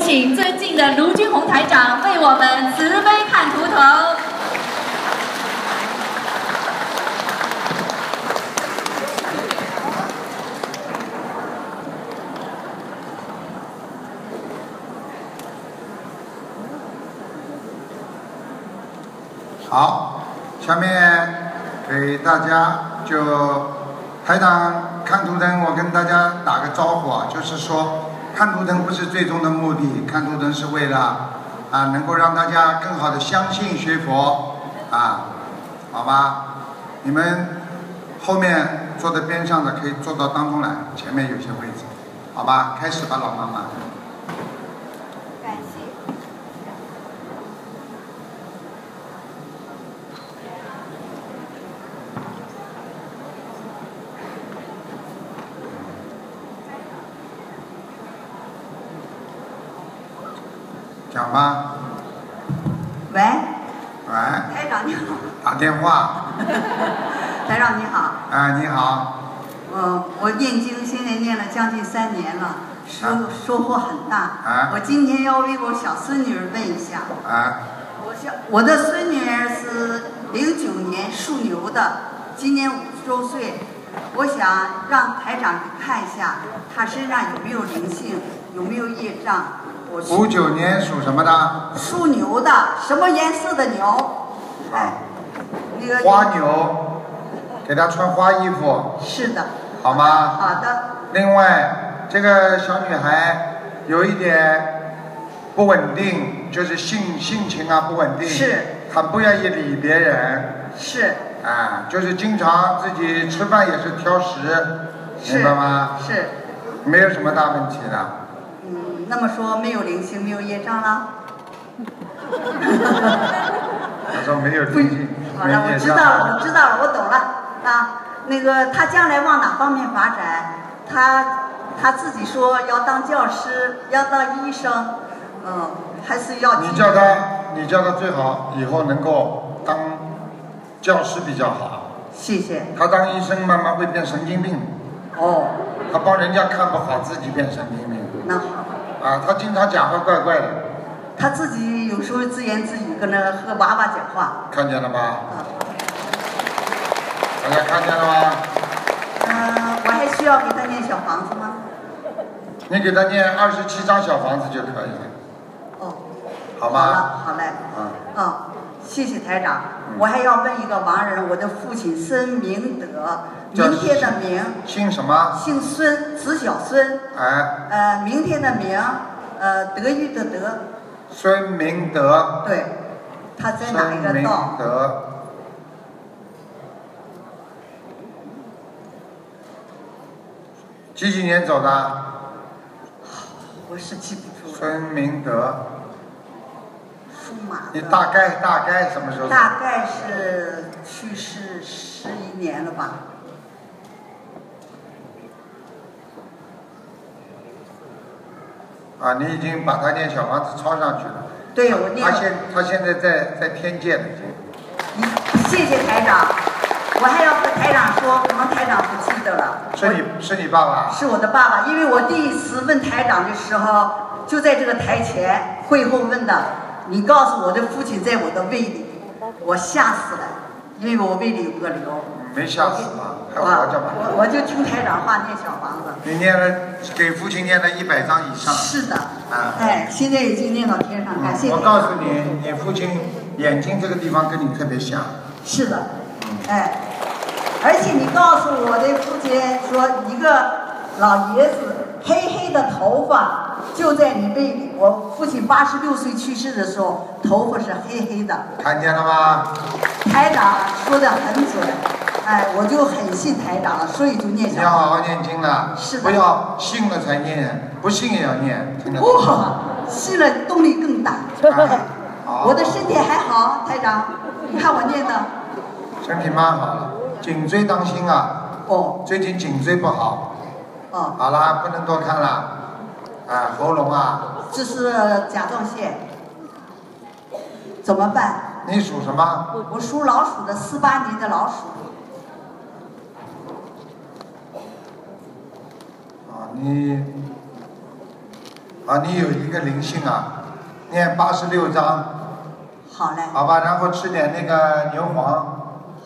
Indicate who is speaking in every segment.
Speaker 1: 请尊敬的卢军红台长为我们慈悲看图腾。
Speaker 2: 好，下面给大家就台长看图腾，我跟大家打个招呼啊，就是说看图腾不是最终的目的，看图腾是为了啊能够让大家更好的相信学佛啊，好吧？你们后面坐在边上的可以坐到当中来，前面有些位置，好吧？开始吧，老妈妈。
Speaker 3: 感谢
Speaker 2: 讲吧，
Speaker 3: 喂，
Speaker 2: 喂，
Speaker 3: 台长你好，
Speaker 2: 打电话，
Speaker 3: 台长你好，
Speaker 2: 啊，你好，
Speaker 3: 我我念经现在念了将近三年了，收
Speaker 2: 啊
Speaker 3: 收获很大。
Speaker 2: 啊
Speaker 3: 我今天要为我小孙女儿问一下，
Speaker 2: 啊，
Speaker 3: 我小我的孙女儿是零九年属牛的，今年五十周岁，我想让台长看一下她身上有没有灵性，有没有业障。我是
Speaker 2: 五九年属什么的？
Speaker 3: 属牛的，什么颜色的牛？
Speaker 2: 啊，
Speaker 3: 那个
Speaker 2: 花牛，给她穿花衣服，
Speaker 3: 是的，
Speaker 2: 好吗？
Speaker 3: 好的。
Speaker 2: 另外，这个小女孩有一点不稳定，就是性性情啊不稳定，
Speaker 3: 是，
Speaker 2: 很不愿意理别人，
Speaker 3: 是
Speaker 4: 哎
Speaker 2: 啊，就是经常自己吃饭也是挑食，
Speaker 3: 是
Speaker 2: 明白吗？
Speaker 3: 是，
Speaker 2: 没有什么大问题的。
Speaker 3: 嗯，那么说没有灵性，没有业障了？
Speaker 2: 他说没有灵性，
Speaker 3: 好
Speaker 2: 没
Speaker 3: 了，我
Speaker 2: 业
Speaker 3: 知
Speaker 2: 障
Speaker 3: 道了，我知道了，我懂了啊。那个他将来往哪方面发展？他他自己说要当教师，要当医生，嗯，还是要
Speaker 2: 你叫他，你叫他最好以后能够当教师比较好。
Speaker 3: 谢谢
Speaker 2: 他当医生慢慢会变神经病，
Speaker 3: 哦，
Speaker 2: 他帮人家看不好，自己变神经病。
Speaker 3: 那好。
Speaker 2: 啊，他经常讲话怪怪的，
Speaker 3: 他自己有时候自言自语，跟那和娃娃讲话。
Speaker 2: 看见了吗？
Speaker 3: 啊
Speaker 2: 大家看见了吗？
Speaker 3: 嗯、我还需要给他念小房子吗？
Speaker 2: 你给他念二十七张小房子就可以了，
Speaker 3: 哦。
Speaker 2: 好吗？嗯
Speaker 3: 了，好嘞。
Speaker 2: 啊，
Speaker 3: 啊，谢谢台长。我还要问一个盲人，我的父亲孙明德，
Speaker 2: 叫
Speaker 3: 明天的明，
Speaker 2: 姓什么？
Speaker 3: 姓孙，子小孙，
Speaker 2: 哎，
Speaker 3: 呃，明天的明，呃，德育的德，
Speaker 2: 孙明德，
Speaker 3: 对，他在哪
Speaker 2: 孙
Speaker 3: 一个
Speaker 2: 明
Speaker 3: 道？
Speaker 2: 德，几几年走的？
Speaker 3: 我是记不住了，
Speaker 2: 孙明德，
Speaker 3: 属马
Speaker 2: 你
Speaker 3: 的，
Speaker 2: 大概大概什么时候？
Speaker 3: 大概是去世十一年了吧？
Speaker 2: 啊，你已经把他念小房子抄上去了。
Speaker 3: 对，我念
Speaker 2: 他
Speaker 3: 了。
Speaker 2: 现他现在在在天界了，已经。
Speaker 3: 谢谢台长，我还要和台长说，可能台长不记得了。
Speaker 2: 是你是你爸爸？
Speaker 3: 是我的爸爸，因为我第一次问台长的时候，就在这个台前会后问的，你告诉我的父亲在我的胃里，我吓死了，因为我胃里有个瘤。啊
Speaker 2: 没吓死吧？还活着吧？
Speaker 3: 我我就听台长话念小房子。
Speaker 2: 你念了给父亲念了一百张以上。
Speaker 3: 是的
Speaker 2: 啊，
Speaker 3: 哎，现在已经念到天上，感谢
Speaker 2: 嗯我
Speaker 3: 台
Speaker 2: 告
Speaker 3: 长。
Speaker 2: 诉你，你父亲眼睛这个地方跟你特别像。
Speaker 3: 是的，
Speaker 2: 嗯
Speaker 3: 哎，而且你告诉我的父亲说，一个老爷子黑黑的头发就在你胃里。我父亲八十六岁去世的时候，头发是黑黑的。
Speaker 2: 看见了吗？
Speaker 3: 台长说的很准，哎，我就很信台长了，所以就念
Speaker 2: 你要
Speaker 3: 小。
Speaker 2: 好好念经了，
Speaker 3: 是的
Speaker 2: 不要信了才念，不信也要念，听得懂吗？
Speaker 3: 哇，信了动力更大。
Speaker 2: 哎好
Speaker 3: 我的身体还好，台长，你看我念的，
Speaker 2: 身体蛮好了，颈椎当心啊。
Speaker 3: 哦
Speaker 2: 最近颈椎不好，
Speaker 3: 哦，
Speaker 2: 好啦，不能多看了，啊，喉咙啊，
Speaker 3: 这是甲状腺，怎么办？
Speaker 2: 你属什么？
Speaker 3: 我属老鼠的，四八年的老鼠。
Speaker 2: 啊，你啊，你有一个灵性啊，念八十六章，
Speaker 3: 好嘞，
Speaker 2: 好吧，然后吃点那个牛黄，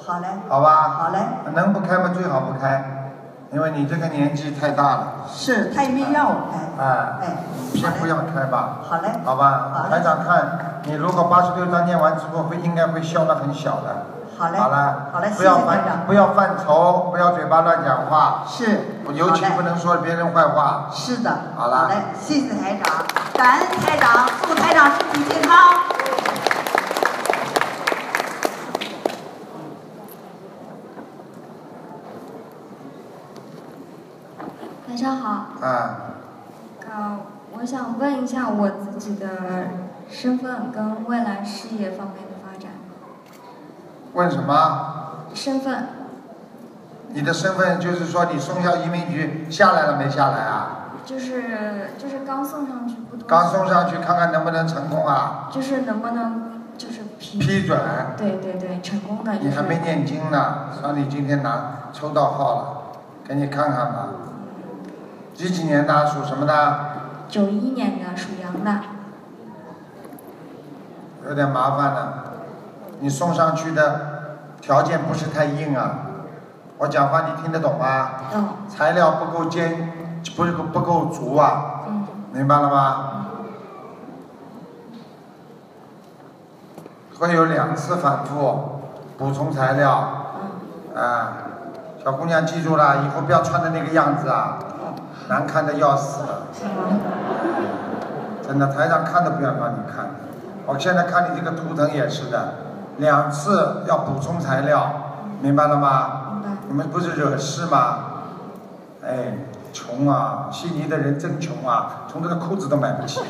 Speaker 3: 好嘞，
Speaker 2: 好吧？
Speaker 3: 好嘞，
Speaker 2: 能不开吗？最好不开，因为你这个年纪太大了，
Speaker 3: 是他也没让我开，
Speaker 2: 啊，
Speaker 3: 哎，
Speaker 2: 先
Speaker 3: 好
Speaker 2: 不
Speaker 3: 嘞，
Speaker 2: 要开吧，
Speaker 3: 好嘞，
Speaker 2: 好吧
Speaker 3: 好？嘞
Speaker 2: 台长看，你如果八十六章念完之后，会应该会消的很小的。
Speaker 3: 好嘞，
Speaker 2: 好了，
Speaker 3: 好嘞，谢
Speaker 2: 不
Speaker 3: 谢
Speaker 2: 要
Speaker 3: 台
Speaker 2: 犯
Speaker 3: 长，
Speaker 2: 不要犯愁，不要嘴巴乱讲话，
Speaker 3: 是，
Speaker 2: 尤其
Speaker 3: 好
Speaker 2: 不
Speaker 3: 嘞，
Speaker 2: 能说别人坏话。
Speaker 3: 是的，
Speaker 2: 好了
Speaker 3: 好嘞，谢谢台长，感恩台长，祝台长身体健康。
Speaker 5: 晚上好，
Speaker 2: 啊，
Speaker 5: 呃，我想问一下我自己的身份跟未来事业方面的发展。
Speaker 2: 问什么？
Speaker 5: 身份
Speaker 2: 你的身份就是说你送校移民局下来了没下来啊？
Speaker 5: 就是就是刚送上去不多久，
Speaker 2: 刚送上去看看能不能成功啊？
Speaker 5: 就是能不能就是批？
Speaker 2: 批准，
Speaker 5: 对对对，成功的、就是。
Speaker 2: 你还没念经呢，算你今天拿抽到号了，给你看看吧。几几年的？属什么的？
Speaker 5: 九一年的，属羊的。
Speaker 2: 有点麻烦了。你送上去的条件不是太硬啊。我讲话你听得懂吗、
Speaker 5: 嗯
Speaker 2: 材料不够坚，不是不够足啊，
Speaker 5: 嗯，
Speaker 2: 明白了吗？会有两次反复补充材料，啊，小姑娘记住了，以后不要穿的那个样子啊，难看的要死，真的台上看都不要让你看，我现在看你这个图腾也是的，两次要补充材料，明白了吗？
Speaker 5: 明白。
Speaker 2: 你们不是惹事吗？哎，穷啊！悉尼的人真穷啊，穷这个裤子都买不起。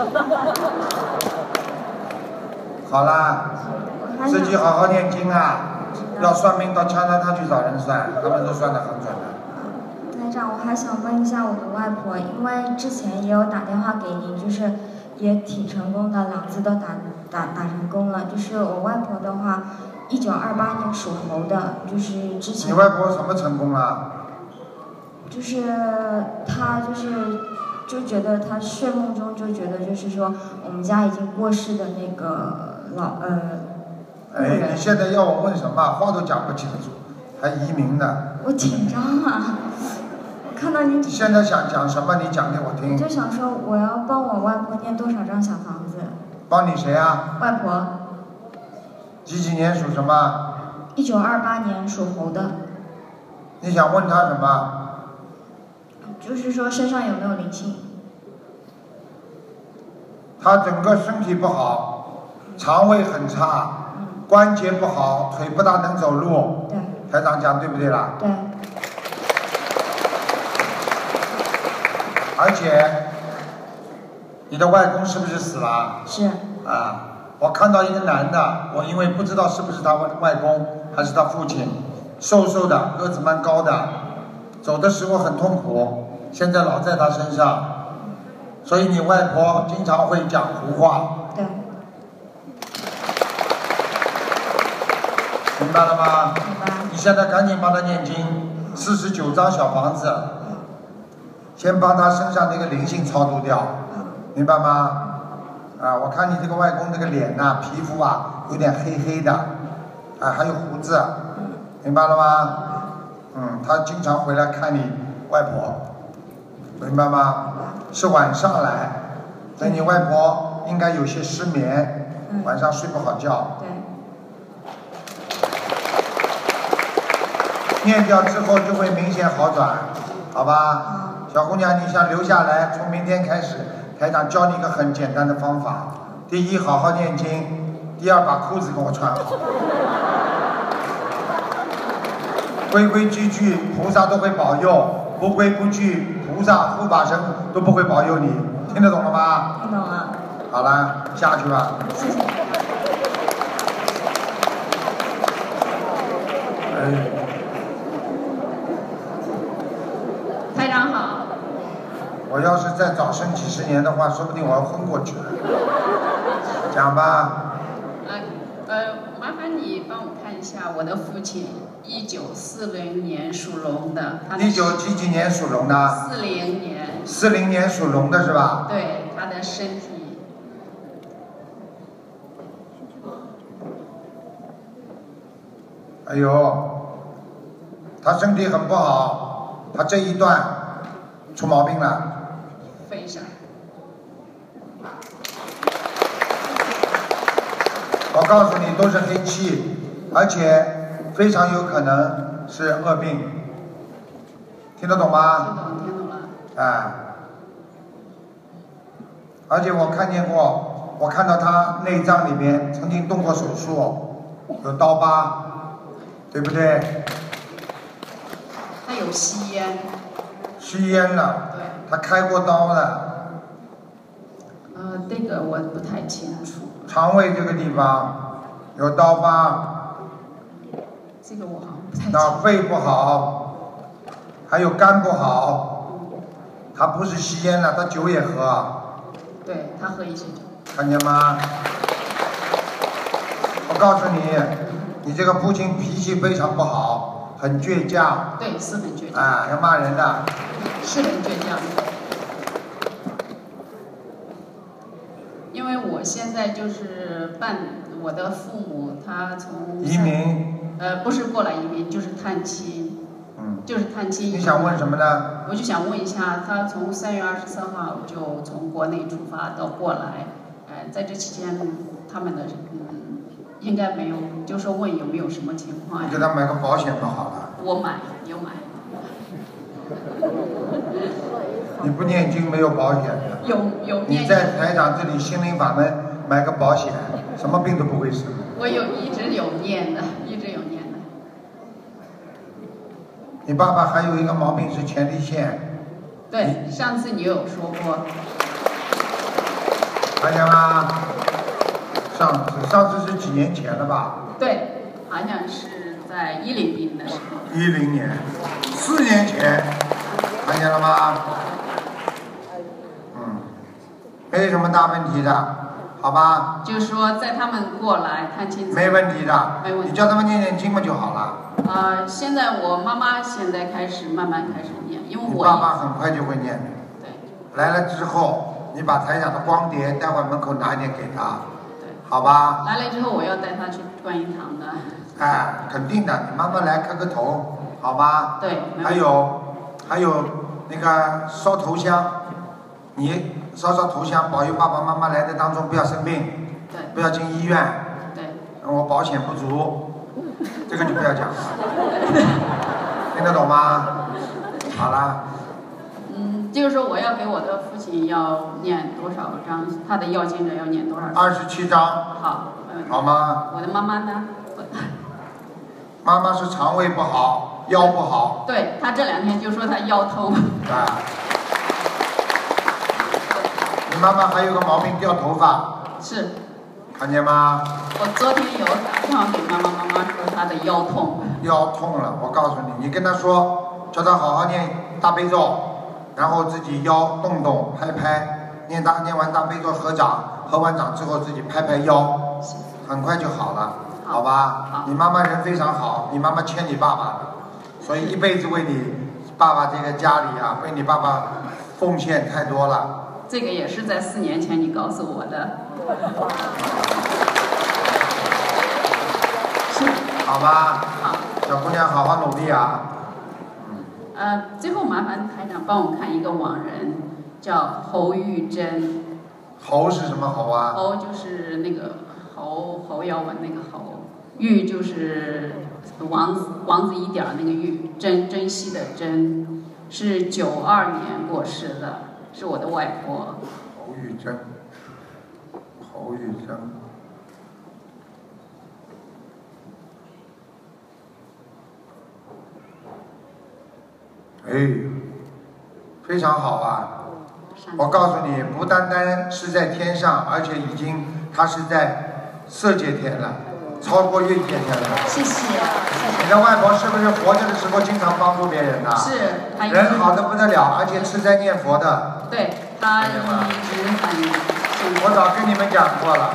Speaker 2: 好啦，
Speaker 5: 我还
Speaker 2: 自己
Speaker 5: 想
Speaker 2: 好好念经啊！要算命到加拿大去找人算，他们都算得很准的。
Speaker 5: 台长，我还想问一下我的外婆，因为之前也有打电话给您，就是也挺成功的，两次都打打打成功了。就是我外婆的话，一九二八年属猴的，就是之
Speaker 2: 你
Speaker 5: 前
Speaker 2: 外婆什么成功了？
Speaker 5: 就是她就是就觉得她睡梦中就觉得就是说我们家已经过世的那个老呃故
Speaker 2: 哎，你
Speaker 5: 人，
Speaker 2: 现在要我问什么，话都讲不清楚，还移民呢？
Speaker 5: 我紧张啊， 我看到您
Speaker 2: 你。现在想讲什么？你讲给我
Speaker 5: 我
Speaker 2: 听。
Speaker 5: 就想说，我要帮我外婆念多少张小房子？
Speaker 2: 帮你谁啊？
Speaker 5: 外婆，
Speaker 2: 几几年属什么？
Speaker 5: 一九二八年属猴的，
Speaker 2: 你想问他什么？
Speaker 5: 就是说身上有没有灵性？
Speaker 2: 他整个身体不好，肠胃很差，
Speaker 5: 嗯，
Speaker 2: 关节不好，腿不大能走路。
Speaker 5: 对
Speaker 2: 台长讲对不对啦？
Speaker 5: 对，
Speaker 2: 而且，你的外公是不是死了？
Speaker 5: 是，
Speaker 2: 啊，我看到一个男的，我因为不知道是不是他外外公还是他父亲，瘦瘦的，个子蛮高的，走的时候很痛苦，现在老在他身上，所以你外婆经常会讲胡话，
Speaker 5: 对，
Speaker 2: 明白了吗？
Speaker 5: 好吧，
Speaker 2: 你现在赶紧帮他念经，四十九张小房子，先帮他身上那个灵性超度掉，明白吗？啊，我看你这个外公这个脸呐、皮肤啊有点黑黑的，啊，还有胡子，明白了吗？嗯，他经常回来看你外婆，明白吗？是晚上来，所以你外婆应该有些失眠，
Speaker 5: 嗯
Speaker 2: 晚上睡不好觉。
Speaker 5: 对，
Speaker 2: 念掉之后就会明显好转，好吧？
Speaker 5: 好，
Speaker 2: 小姑娘，你想留下来，从明天开始，台长教你一个很简单的方法：第一，好好念经；第二，把裤子给我穿好，规规矩矩，菩萨都会保佑；不规不矩，菩萨护法神都不会保佑你。听得懂了吗？
Speaker 5: 听懂了，
Speaker 2: 好了，下去吧。
Speaker 5: 谢谢台长。
Speaker 2: 哎，
Speaker 1: 台长好，
Speaker 2: 我要是再早生几十年的话，说不定我要昏过去了。讲吧。
Speaker 1: 呃呃，麻烦你帮我看一下我的父亲，一九四零年属龙的，他的
Speaker 2: 一九几几年属龙的？
Speaker 1: 四零年，
Speaker 2: 四零年属龙的是吧？
Speaker 1: 对，他的的身体。
Speaker 2: 哎呦，他身体很不好，他这一段出毛病了。
Speaker 1: 非常。
Speaker 2: 我告诉你，都是黑气，而且非常有可能是恶病，听得懂
Speaker 1: 听
Speaker 2: 吗？
Speaker 1: 懂，听懂了。
Speaker 2: 啊！而且我看见过，我看到他内脏里面曾经动过手术，有刀疤，对不对？
Speaker 1: 他有吸烟，
Speaker 2: 吸烟了，
Speaker 1: 对，
Speaker 2: 他开过刀了，
Speaker 1: 呃，这个我不太清楚，
Speaker 2: 肠胃这个地方有刀疤，
Speaker 1: 这个我好像不太清
Speaker 2: 那
Speaker 1: 楚。
Speaker 2: 肺不好，还有肝不好，他不是吸烟了，他酒也喝啊。
Speaker 1: 对他喝一些酒，
Speaker 2: 看见吗？我告诉你，你这个父亲脾气非常不好，很倔强，
Speaker 1: 对，是很倔强，
Speaker 2: 啊，要骂人的。
Speaker 1: 是很倔强。因为我现在就是办我的父母，他从
Speaker 2: 移，民，
Speaker 1: 呃，不是过来移民，就是探亲，
Speaker 2: 嗯，
Speaker 1: 就是探亲。
Speaker 2: 你想问什么呢？
Speaker 1: 我就想问一下，他从三月二十三号就从国内出发到过来，呃，在这期间他们的嗯，应该没有，就说问有没有什么情况
Speaker 2: 你
Speaker 1: 呀
Speaker 2: 给？他买个保险不好了？
Speaker 1: 我买有买
Speaker 2: 你不念经没有保险的。
Speaker 1: 有有
Speaker 2: 你
Speaker 1: 念经，
Speaker 2: 在台长这里心灵法门买个保险，什么病都不会生。
Speaker 1: 我有一直有念的，一直有念的。
Speaker 2: 你爸爸还有一个毛病是前列腺，
Speaker 1: 对，上次你有说过，
Speaker 2: 看见吗？上次上次是几年前了吧？
Speaker 1: 对，好像是在一零年的时候，
Speaker 2: 一零年，四年前，看见了吗？嗯，没什么大问题的，好吧，
Speaker 1: 就是说在他们过来探亲之
Speaker 2: 没问题的
Speaker 1: 没问。题
Speaker 2: 你叫他们念念经嘛就好了。
Speaker 1: 啊、现在我妈妈现在开始慢慢开始念，因为
Speaker 2: 你
Speaker 1: 我
Speaker 2: 爸爸很快就会念的。
Speaker 1: 对
Speaker 2: 来了之后，你把台长的光碟待会门口拿一点给他，
Speaker 1: 对。
Speaker 2: 好吧？
Speaker 1: 来了之后，我要带他去观音堂的。
Speaker 2: 哎，肯定的，你慢慢来磕个头，好吧？
Speaker 1: 对，没
Speaker 2: 还
Speaker 1: 问题
Speaker 2: 有还有那个烧头香，你烧烧头香，保佑爸爸妈妈来的当中不要生病，
Speaker 1: 对
Speaker 2: 不要进医院。
Speaker 1: 对，
Speaker 2: 我保险不足， 这个就不要讲了，听得懂 吗？好啦，
Speaker 1: 嗯，就是说我要给我的父亲要念多少章，他的要经者要念多少章？
Speaker 2: 二十七章，
Speaker 1: 好，没问题。
Speaker 2: 好吗？
Speaker 1: 我的妈妈呢？
Speaker 2: 妈妈是肠胃不好，腰不好，
Speaker 1: 对他这两天就说他腰痛，
Speaker 2: 啊。你妈妈还有个毛病，掉头发，
Speaker 1: 是
Speaker 2: 看见吗？
Speaker 1: 我昨天有打电话给妈妈，妈妈说她的腰痛。
Speaker 2: 腰痛了，我告诉你，你跟他说，叫他好好念大悲咒，然后自己腰动动，拍拍，念大念完大悲咒合掌，合完掌之后自己拍拍腰，很快就好了，
Speaker 1: 好
Speaker 2: 好吧
Speaker 1: 好？
Speaker 2: 你妈妈人非常好，你妈妈欠你爸爸的，所以一辈子为你爸爸这个家里啊，为你爸爸奉献太多了。
Speaker 1: 这个也是在四年前你告诉我的，
Speaker 2: 好吧，
Speaker 1: 好，
Speaker 2: 小姑娘好好努力啊！
Speaker 1: 呃，最后麻烦台长帮我看一个网人，叫侯玉珍，
Speaker 2: 猴是什么猴啊？
Speaker 1: 侯就是那个侯侯耀文那个侯，玉就是王子王子一点儿那个玉，珍珍惜的珍，是九二年过世的，是我的外婆。
Speaker 2: 侯玉珍，侯玉珍。哎，非常好啊！
Speaker 1: 上
Speaker 2: 我告诉你，不单单是在天上，而且已经它是在色界天了，超过月界天了。
Speaker 1: 谢谢，
Speaker 2: 你的外婆是不是活着的时候经常帮助别人呐、啊
Speaker 1: 是他一
Speaker 2: 人好
Speaker 1: 直
Speaker 2: 的不得了，而且吃斋念佛的。
Speaker 1: 对他一直很幸
Speaker 2: 我
Speaker 1: 福，
Speaker 2: 早跟你们讲过了，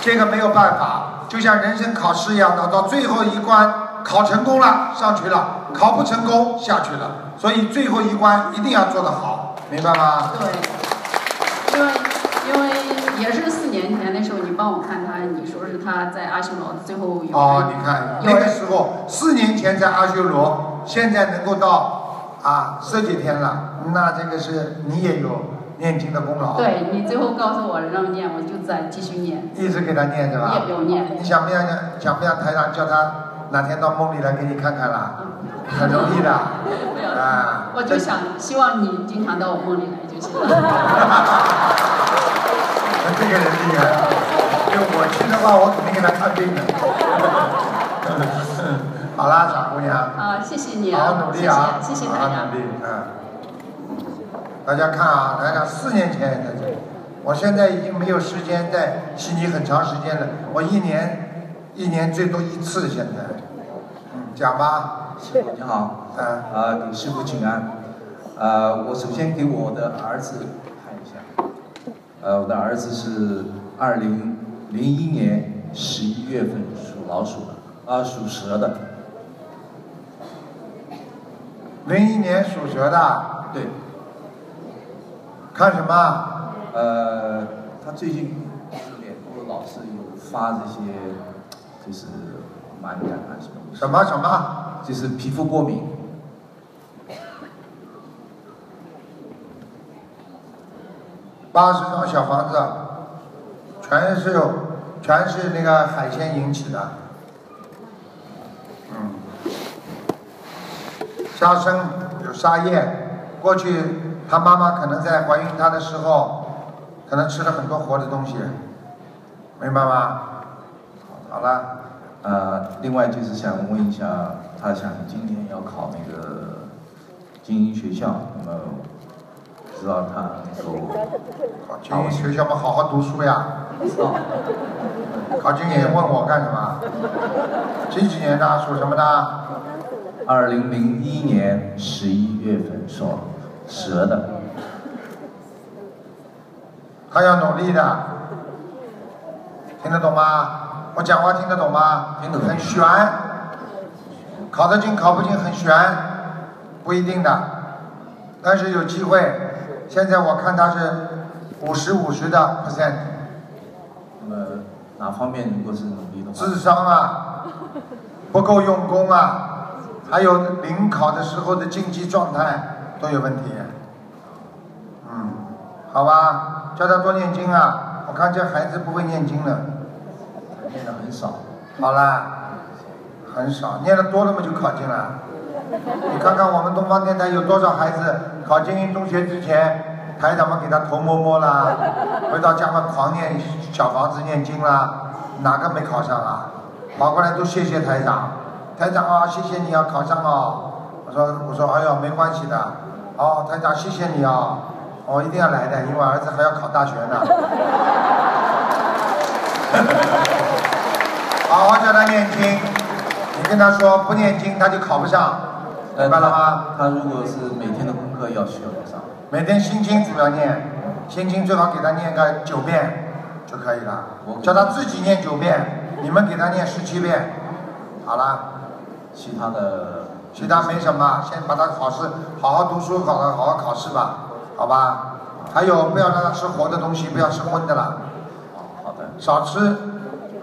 Speaker 2: 这个没有办法，就像人生考试一样的，到最后一关考成功了上去了，考不成功下去了，所以最后一关一定要做得好，明白吗？
Speaker 1: 对，因为因为也是四年前那时候你帮我看他，你说是他在阿修罗最后有
Speaker 2: 哦，你看那
Speaker 1: 有
Speaker 2: 个时候四年前在阿修罗，现在能够到啊十几天了，那这个是你也有念经的功劳，，
Speaker 1: 对你最后告诉我让我念，我就再继续念，
Speaker 2: 一直给他念是吧
Speaker 1: 也？有念
Speaker 2: 你。想不想想不想台长叫他哪天到梦里来给你看看啦？
Speaker 1: 嗯
Speaker 2: 很容易的，
Speaker 1: 不要
Speaker 2: 啊，
Speaker 1: 我就想希望你经常到我梦里来就行了。
Speaker 2: 这个人厉害，因为我去的话，我肯定给他看病的。 好啦，傻姑娘。
Speaker 1: 啊，谢谢你
Speaker 2: 好好
Speaker 1: 啊，
Speaker 2: 努力啊！
Speaker 1: 谢谢谢谢
Speaker 2: 好
Speaker 1: 大
Speaker 2: 好
Speaker 1: 家
Speaker 2: 努。力，嗯。大家看啊，大家四年前也在这里，我现在已经没有时间在悉尼很长时间了，我一年一年最多一次现在。嗯，讲吧，
Speaker 6: 师傅你好，
Speaker 2: 嗯，
Speaker 6: 呃，给师傅请安。呃，我首先给我的儿子看一下，呃，我的儿子是二零零一年十一月份属老鼠的，啊、属蛇的，
Speaker 2: 零一年属蛇的，
Speaker 6: 对，
Speaker 2: 看什么？
Speaker 6: 呃，他最近就是脸部老是有发这些，就是敏感啊什么东西
Speaker 2: 什么什么？
Speaker 6: 就是皮肤过敏，
Speaker 2: 八十张小房子，全是有，全是那个海鲜引起的。嗯，杀生有杀业，过去她妈妈可能在怀孕她的时候，可能吃了很多活的东西，明白吗？好了，
Speaker 6: 呃，另外就是想问一下，他想今年要考那个精英学校，那么不知道他能够
Speaker 2: 考军医哦学校嘛，好好读书呀。
Speaker 6: 知道
Speaker 2: 考军医问我干什么？几几年的？属什么的？
Speaker 6: 二零零一年十一月份说蛇的，
Speaker 2: 他要努力的，听得懂吗？我讲话听得懂吗？
Speaker 6: 听得懂
Speaker 2: 很悬，考得进考不进很悬，不一定的，但是有机会。现在我看他是五十五十的 percent，
Speaker 6: 那么哪方面如果是努力的话
Speaker 2: 智，商啊，不够用功啊，还有临考的时候的竞技状态都有问题。嗯，好吧，叫他多念经啊！我看这孩子不会念经了。
Speaker 6: 念的很少，
Speaker 2: 好啦，很少，念的多了嘛就考进了。你看看我们东方电台有多少孩子考精英中学之前，台长们给他头摸摸啦， 回到家嘛狂念小房子念经啦，哪个没考上啊？跑过来都谢谢台长，台长啊，谢谢你啊，考上哦。我说我说哎呦没关系的，哦台长谢谢你啊，我、一定要来的，因为儿子还要考大学呢。好好叫他念经，你跟他说不念经他就考不上，明白了吗？
Speaker 6: 哎他如果是每天的功课要需要多少？
Speaker 2: 每天心经主要念，心经最好给他念个九遍就可以了
Speaker 6: 我，
Speaker 2: 叫他自己念九遍，你们给他念十七遍，好了，
Speaker 6: 其他的
Speaker 2: 呃其他没什么，先把他考试好好读书，好好好好考试吧，好吧？还有不要让他吃活的东西，不要吃荤的了。
Speaker 6: 好好的，
Speaker 2: 少吃，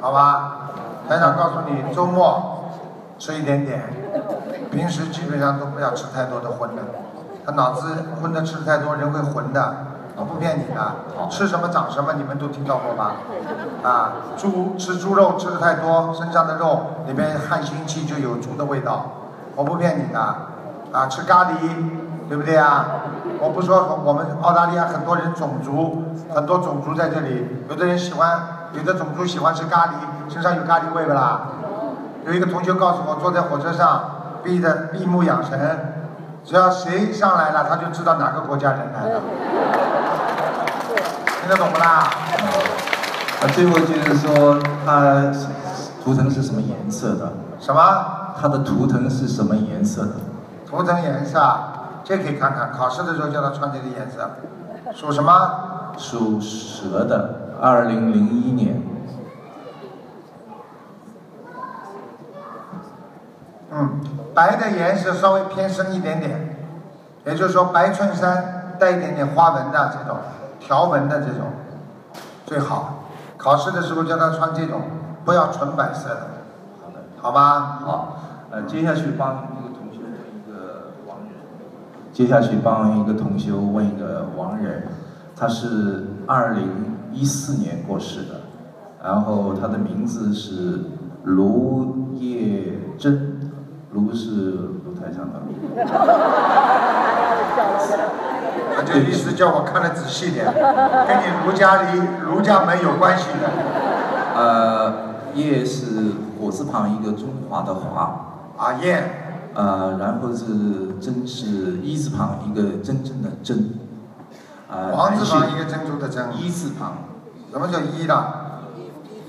Speaker 2: 好吧？台长告诉你，周末吃一点点，平时基本上都不要吃太多的荤的。他脑子荤的吃太多，人会混的，我不骗你的。吃什么长什么，你们都听到过吧？啊，猪吃猪肉吃的太多，身上的肉里面汗腥气就有猪的味道，我不骗你的。啊，吃咖喱，对不对啊？我不说我们澳大利亚很多人种族，很多种族在这里，有的人喜欢，有的种族喜欢吃咖喱，身上有咖喱味不啦？有一个同学告诉我，坐在火车上，闭着闭目养神，只要谁上来了，他就知道哪个国家人来了。听得懂不啦？
Speaker 6: 啊，最后就是说他图腾是什么颜色的？
Speaker 2: 什么？
Speaker 6: 他的图腾是什么颜色的？
Speaker 2: 图腾颜色啊，这可以看看。考试的时候叫他穿这个颜色，属什么？
Speaker 6: 属蛇的，二零零一年，
Speaker 2: 嗯，白的颜色稍微偏深一点点，也就是说白衬衫带一点点花纹的这种条纹的这种，最好。考试的时候叫他穿这种，不要纯白色的，
Speaker 6: 好的，
Speaker 2: 好吗？
Speaker 6: 好，呃，接下去帮一个同修问一个亡人，接下去帮一个同修问一个亡人，他是二零一四年过世的，然后他的名字是卢叶珍，卢是卢台长的卢。
Speaker 2: 他啊这意思叫我看得仔细点，跟你儒家离儒家门有关系的
Speaker 6: 呃，叶是火字旁一个中华的华，
Speaker 2: 啊燕。
Speaker 6: 呃，然后是真是一字旁一个真正的真，呃，
Speaker 2: 王字旁
Speaker 6: 男
Speaker 2: 一
Speaker 6: 性
Speaker 2: 个珍珠的珍，
Speaker 6: 一字旁，
Speaker 2: 什么叫一的？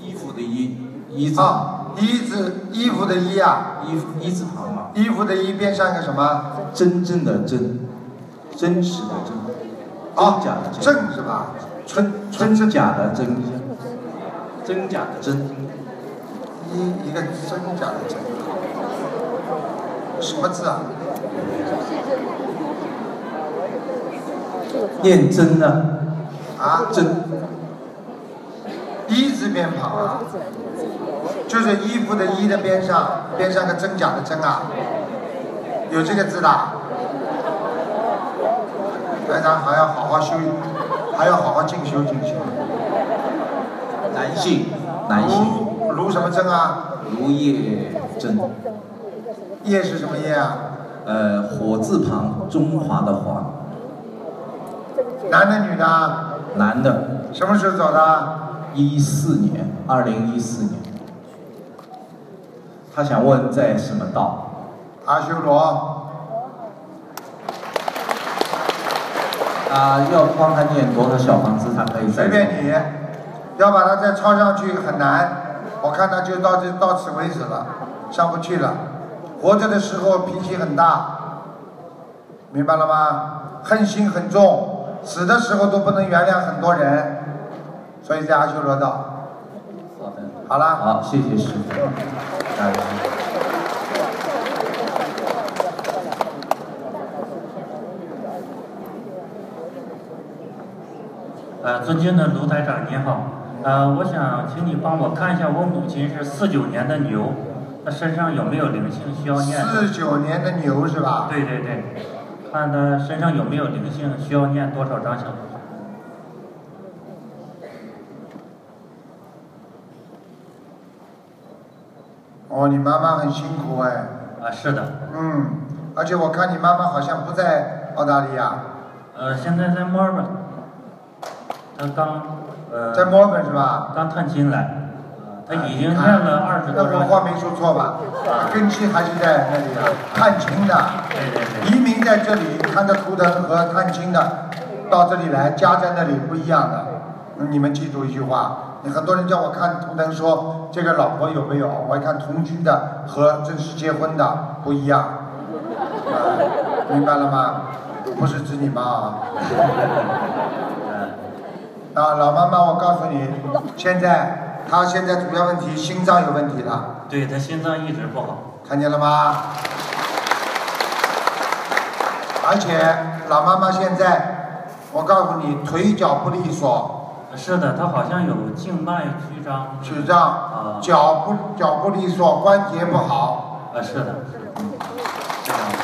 Speaker 6: 衣服的衣，衣字，
Speaker 2: 啊，一字衣服的衣啊，
Speaker 6: 衣服一字旁嘛，
Speaker 2: 衣服的衣边上一个什么？
Speaker 6: 真正的真，真实的真，
Speaker 2: 啊
Speaker 6: 真假的，真，
Speaker 2: 正是吧？
Speaker 6: 真真假的真，真假的真，
Speaker 2: 一一个真假的真，什么字啊？
Speaker 6: 念真呢，
Speaker 2: 啊，
Speaker 6: 真，
Speaker 2: 一字边旁啊，就是衣服的衣的边上，边上个真假的真啊，有这个字的啊。台长还要好好修，还要好好进修进修。
Speaker 6: 男性，嗯男性，
Speaker 2: 如如什么真啊？
Speaker 6: 如叶真，
Speaker 2: 叶是什么叶啊？
Speaker 6: 呃，火字旁中华的华，
Speaker 2: 男的女的啊？
Speaker 6: 男的，
Speaker 2: 什么时候走的？
Speaker 6: 一四年，二零一四年，他想问在什么道？
Speaker 2: 阿修罗，
Speaker 6: 啊、要帮他念多少小房子才可以在？
Speaker 2: 随便
Speaker 6: 嗯
Speaker 2: 你，要把它再抄上去很难。我看他就到这到此为止了，上不去了。活着的时候脾气很大，明白了吗？恨心很重，死的时候都不能原谅很多人，所以在阿修罗道。
Speaker 6: 好的，
Speaker 2: 好了。嗯
Speaker 6: 好，谢谢师傅，感谢。
Speaker 4: 呃，尊敬的卢台长您好，呃，我想请你帮我看一下，我母亲是四九年的牛，她身上有没有灵性需要念的？
Speaker 2: 四九年的牛是吧？
Speaker 4: 对对对，看她身上有没有灵性需要念多少张小？
Speaker 2: 哦，你妈妈很辛苦哎。
Speaker 4: 啊、是的，
Speaker 2: 嗯，而且我看你妈妈好像不在澳大利亚，
Speaker 4: 呃，现在在墨尔本，她刚呃
Speaker 2: 在墨尔本是吧？
Speaker 4: 刚探亲来，呃她已经
Speaker 2: 你
Speaker 4: 念
Speaker 2: 看
Speaker 4: 了二十
Speaker 2: 那我
Speaker 4: 多张
Speaker 2: 话
Speaker 4: 小，
Speaker 2: 没说错吧？根基还是在那里啊，探亲的，
Speaker 4: 对对对，
Speaker 2: 移民在这里看着图腾和探亲的到这里来，家在那里不一样的。嗯你们记住一句话，很多人叫我看图腾说这个老婆有没有，我一看同居的和正式结婚的不一样，啊、明白了吗？不是指你妈 啊。啊，老妈妈，我告诉你，现在她现在主要问题心脏有问题了。
Speaker 4: 对她心脏一直不好。
Speaker 2: 看见了吗？而且老妈妈现在，我告诉你，腿脚不利索，
Speaker 4: 是的，她好像有静脉曲张。
Speaker 2: 曲张，脚不脚不利索，关节不好，
Speaker 4: 啊，是的，嗯，这样的。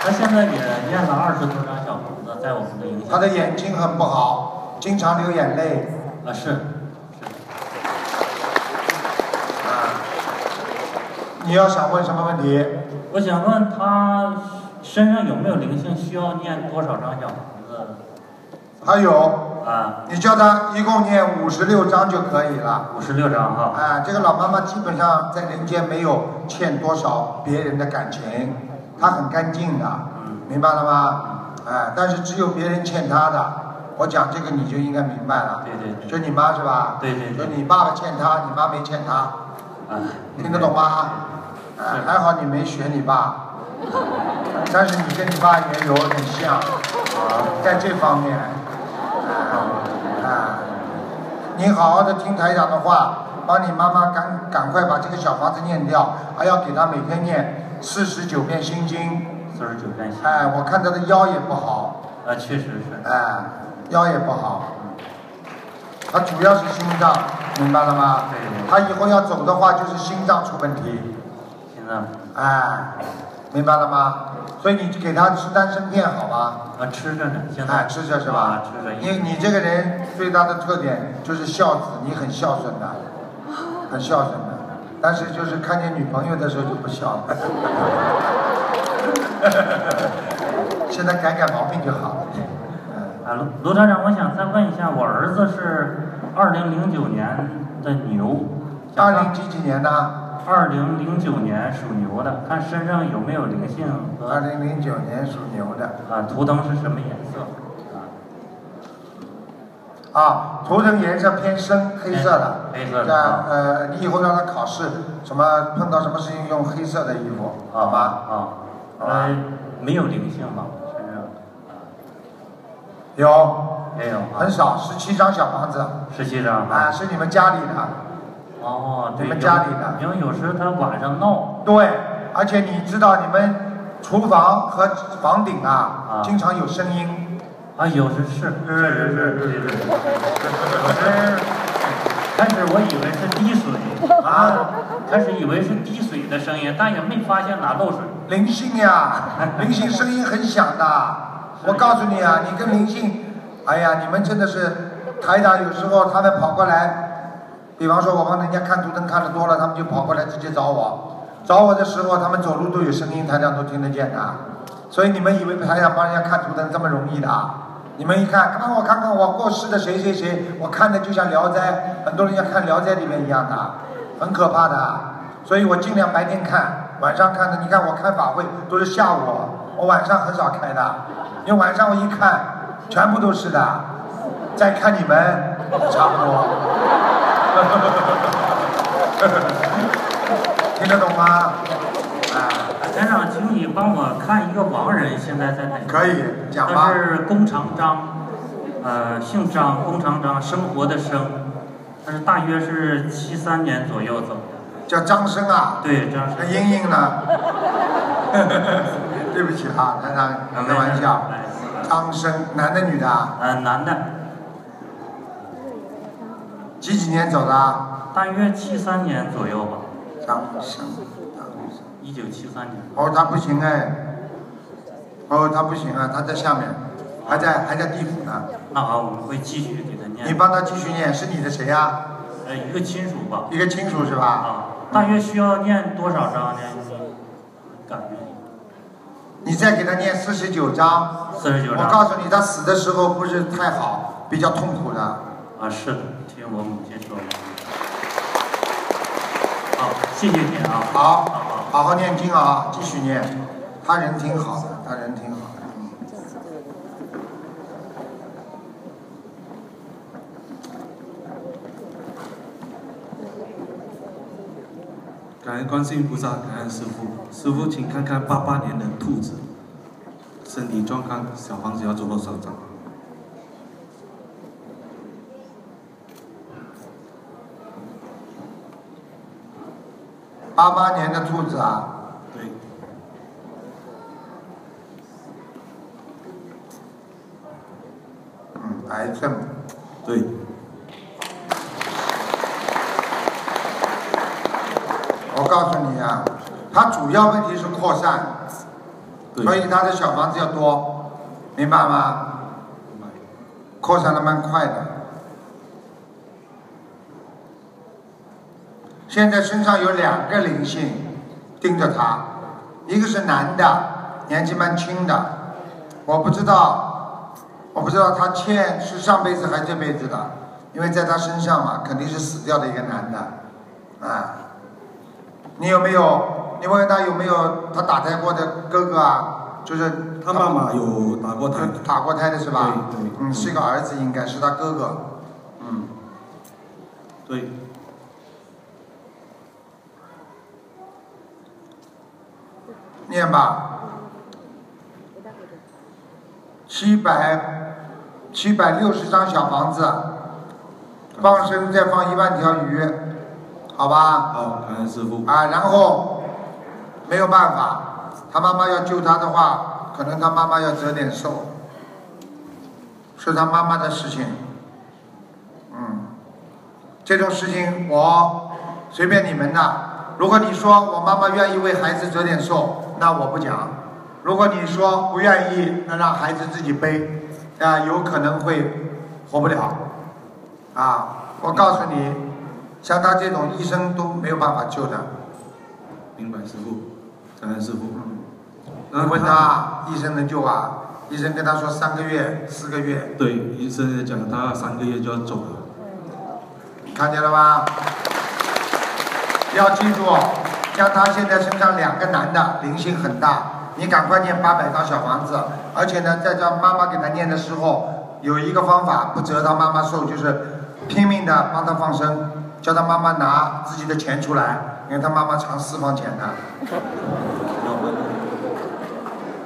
Speaker 4: 他现在也念了二十多张小房子，在我们的影响。
Speaker 2: 她的眼睛很不好，经常流眼泪
Speaker 4: 啊，是，
Speaker 2: 啊。你要想问什么问题？
Speaker 4: 我想问他身上有没有灵性，需要念多少张小房子？
Speaker 2: 还有，
Speaker 4: 啊，
Speaker 2: 你叫她一共念五十六章就可以了。
Speaker 4: 五十六张哈。
Speaker 2: 啊，这个老妈妈基本上在人间没有欠多少别人的感情，她很干净的，
Speaker 4: 嗯
Speaker 2: 明白了吗？哎，但是只有别人欠她的，我讲这个你就应该明白了。
Speaker 4: 对对对
Speaker 2: 就你妈是吧？
Speaker 4: 对对对
Speaker 2: 就你爸爸欠她，你妈没欠她，
Speaker 4: 啊，
Speaker 2: 听得懂吗？哎，还好你没学你爸，但是你跟你爸也有点像，啊，在这方面，啊，啊你好好的听台长的话，帮你妈妈赶赶快把这个小房子念掉，还要给她每天念四十九遍心经。
Speaker 4: 四十九张小。
Speaker 2: 哎，我看她的腰也不好，
Speaker 4: 啊，确实是。
Speaker 2: 哎，腰也不好。他主要是心脏，明白了吗？他以后要走的话，就是心脏出问题。
Speaker 4: 心脏。
Speaker 2: 哎，明白了吗？所以你给他吃丹参片好吧？
Speaker 4: 啊，吃着呢，现在、
Speaker 2: 哎、吃着是吧？
Speaker 4: 啊，吃着。
Speaker 2: 因为你这个人最大的特点就是孝子，你很孝顺的，很孝顺的，但是就是看见女朋友的时候就不孝 了。现在改改毛病就好了。
Speaker 4: 啊，卢卢厂长，我想再问一下，我儿子是二零零九年的牛，
Speaker 2: 二零几几年的？
Speaker 4: 二零零九年属牛的，看身上有没有灵性和。
Speaker 2: 二零零九年属牛的，
Speaker 4: 啊，图腾是什么颜色？
Speaker 2: 啊，图腾颜色偏深，黑色的。
Speaker 4: 哎黑色
Speaker 2: 这
Speaker 4: 的啊
Speaker 2: 样，呃，你以后让他考试，什么碰到什么事情用黑色的衣服，好吧？
Speaker 4: 啊，
Speaker 2: 好吧
Speaker 4: 呃，没有灵性吧？身上
Speaker 2: 有，
Speaker 4: 没有啊
Speaker 2: 很。少，十七张小房子，
Speaker 4: 十七张
Speaker 2: 啊，。是你们家里的，
Speaker 4: 哦，对，
Speaker 2: 你们
Speaker 4: 有
Speaker 2: 家里的
Speaker 4: 因为有时他晚上闹，
Speaker 2: 对，而且你知道你们厨房和房顶啊，
Speaker 4: 啊
Speaker 2: 经常有声音，
Speaker 4: 啊，有时是，确实是，是是是。有时开始我以为是滴 水啊，开始以为是滴水的声音，但也没发现哪漏水。
Speaker 2: 灵性 呀，灵性声音很响的，我告诉你啊，你跟灵性，哎呀，你们真的是，台长有时候他们跑过来，比方说我帮人家看图腾看的多了，他们就跑过来直接找我，找我的时候他们走路都有声音，台长都听得见的，所以你们以为台长帮人家看图腾这么容易的啊？你们一看，看我看看我过世的谁谁谁，我看的就像《聊斋》，很多人像看《聊斋》里面一样的，很可怕的。啊所以我尽量白天看，晚上看的。你看我开法会都是下午，哦我晚上很少开的，因为晚上我一看，全部都是的。再看你们，差不多。 听得懂吗？啊，
Speaker 4: 台长，请你帮我看一个亡人现在在哪？
Speaker 2: 可以讲吧
Speaker 4: 他。是弓长张，呃，姓张，弓长张，生活的生，他是大约是七三年左右走的。
Speaker 2: 叫张生 啊，
Speaker 4: 对，张
Speaker 2: 那
Speaker 4: 生。
Speaker 2: 英英呢？对不起啊，台
Speaker 4: 啊
Speaker 2: 长，
Speaker 4: 没
Speaker 2: 开
Speaker 4: 事
Speaker 2: 玩笑。
Speaker 4: 没事
Speaker 2: 张生，男的女的啊？
Speaker 4: 哎呃，男的，
Speaker 2: 几几年走的啊？
Speaker 4: 大约七三年左右吧，
Speaker 2: 张生，张生。
Speaker 4: 一九七三年。
Speaker 2: 哦，他不行哎，哦，他不行啊，他在下面，还在还在地府呢。
Speaker 4: 那好，我们会继续给他
Speaker 2: 你
Speaker 4: 念。
Speaker 2: 帮他继续念，是你的谁呀、
Speaker 4: 呃，一个亲属吧。
Speaker 2: 一个亲属是吧？
Speaker 4: 啊，大约需要念多少章呢？感觉
Speaker 2: 你再给他念四十九章，
Speaker 4: 四十九
Speaker 2: 我
Speaker 4: 章。
Speaker 2: 告诉你，他死的时候不是太好，比较痛苦的。
Speaker 4: 啊，是的，听我母亲说的。好，谢谢你啊。
Speaker 2: 好
Speaker 4: 好好，
Speaker 2: 好好念经啊，继续念。他人挺好的，他人挺好的。嗯
Speaker 7: 感恩观世音菩萨，感恩师傅。师傅，请看看八八年的兔子，身体状况，小房子要走多少张？
Speaker 2: 八八年的兔子啊，
Speaker 7: 对，
Speaker 2: 嗯，癌症。
Speaker 7: 对，
Speaker 2: 我告诉你啊，他主要问题是扩散。
Speaker 7: 对，
Speaker 2: 所以他的小房子要多，明白吗？扩散的蛮快的。现在身上有两个灵性盯着他，一个是男的，年纪蛮轻的，我不知道，我不知道他欠是上辈子还是这辈子的，因为在他身上嘛，肯定是死掉的一个男的，啊。你有没有？你问问他有没有他打胎过的哥哥啊？就是
Speaker 7: 他妈妈有打
Speaker 2: 嗯
Speaker 7: 过胎，
Speaker 2: 打过胎的是吧？
Speaker 7: 嗯对对
Speaker 2: 嗯，是一个儿子，应该是他哥哥。嗯，
Speaker 7: 对，
Speaker 2: 念吧。七百七百六十张小房子，
Speaker 7: 嗯
Speaker 2: 放生再放一万条鱼，好吧？
Speaker 7: 好，感恩师傅，
Speaker 2: 啊，然后没有办法，他妈妈要救他的话，可能他妈妈要折点寿，是他妈妈的事情。嗯，这种事情我随便你们呐。如果你说我妈妈愿意为孩子折点寿，那我不讲；如果你说不愿意，那让孩子自己背，啊，有可能会活不了。啊，我告诉你，像他这种医生都没有办法救的。
Speaker 7: 明白师傅，感恩师傅。
Speaker 2: 你问他医生能救啊？医生跟他说三个月、四个月，
Speaker 7: 对，医生讲他三个月就要走了。
Speaker 2: 看见了吧？要记住，哦像他现在身上两个男的灵性很大，你赶快念八百张小房子，而且呢，在他妈妈给他念的时候，有一个方法不折他妈妈寿，就是拼命的帮他放生，叫他妈妈拿自己的钱出来，因为他妈妈常私房钱的。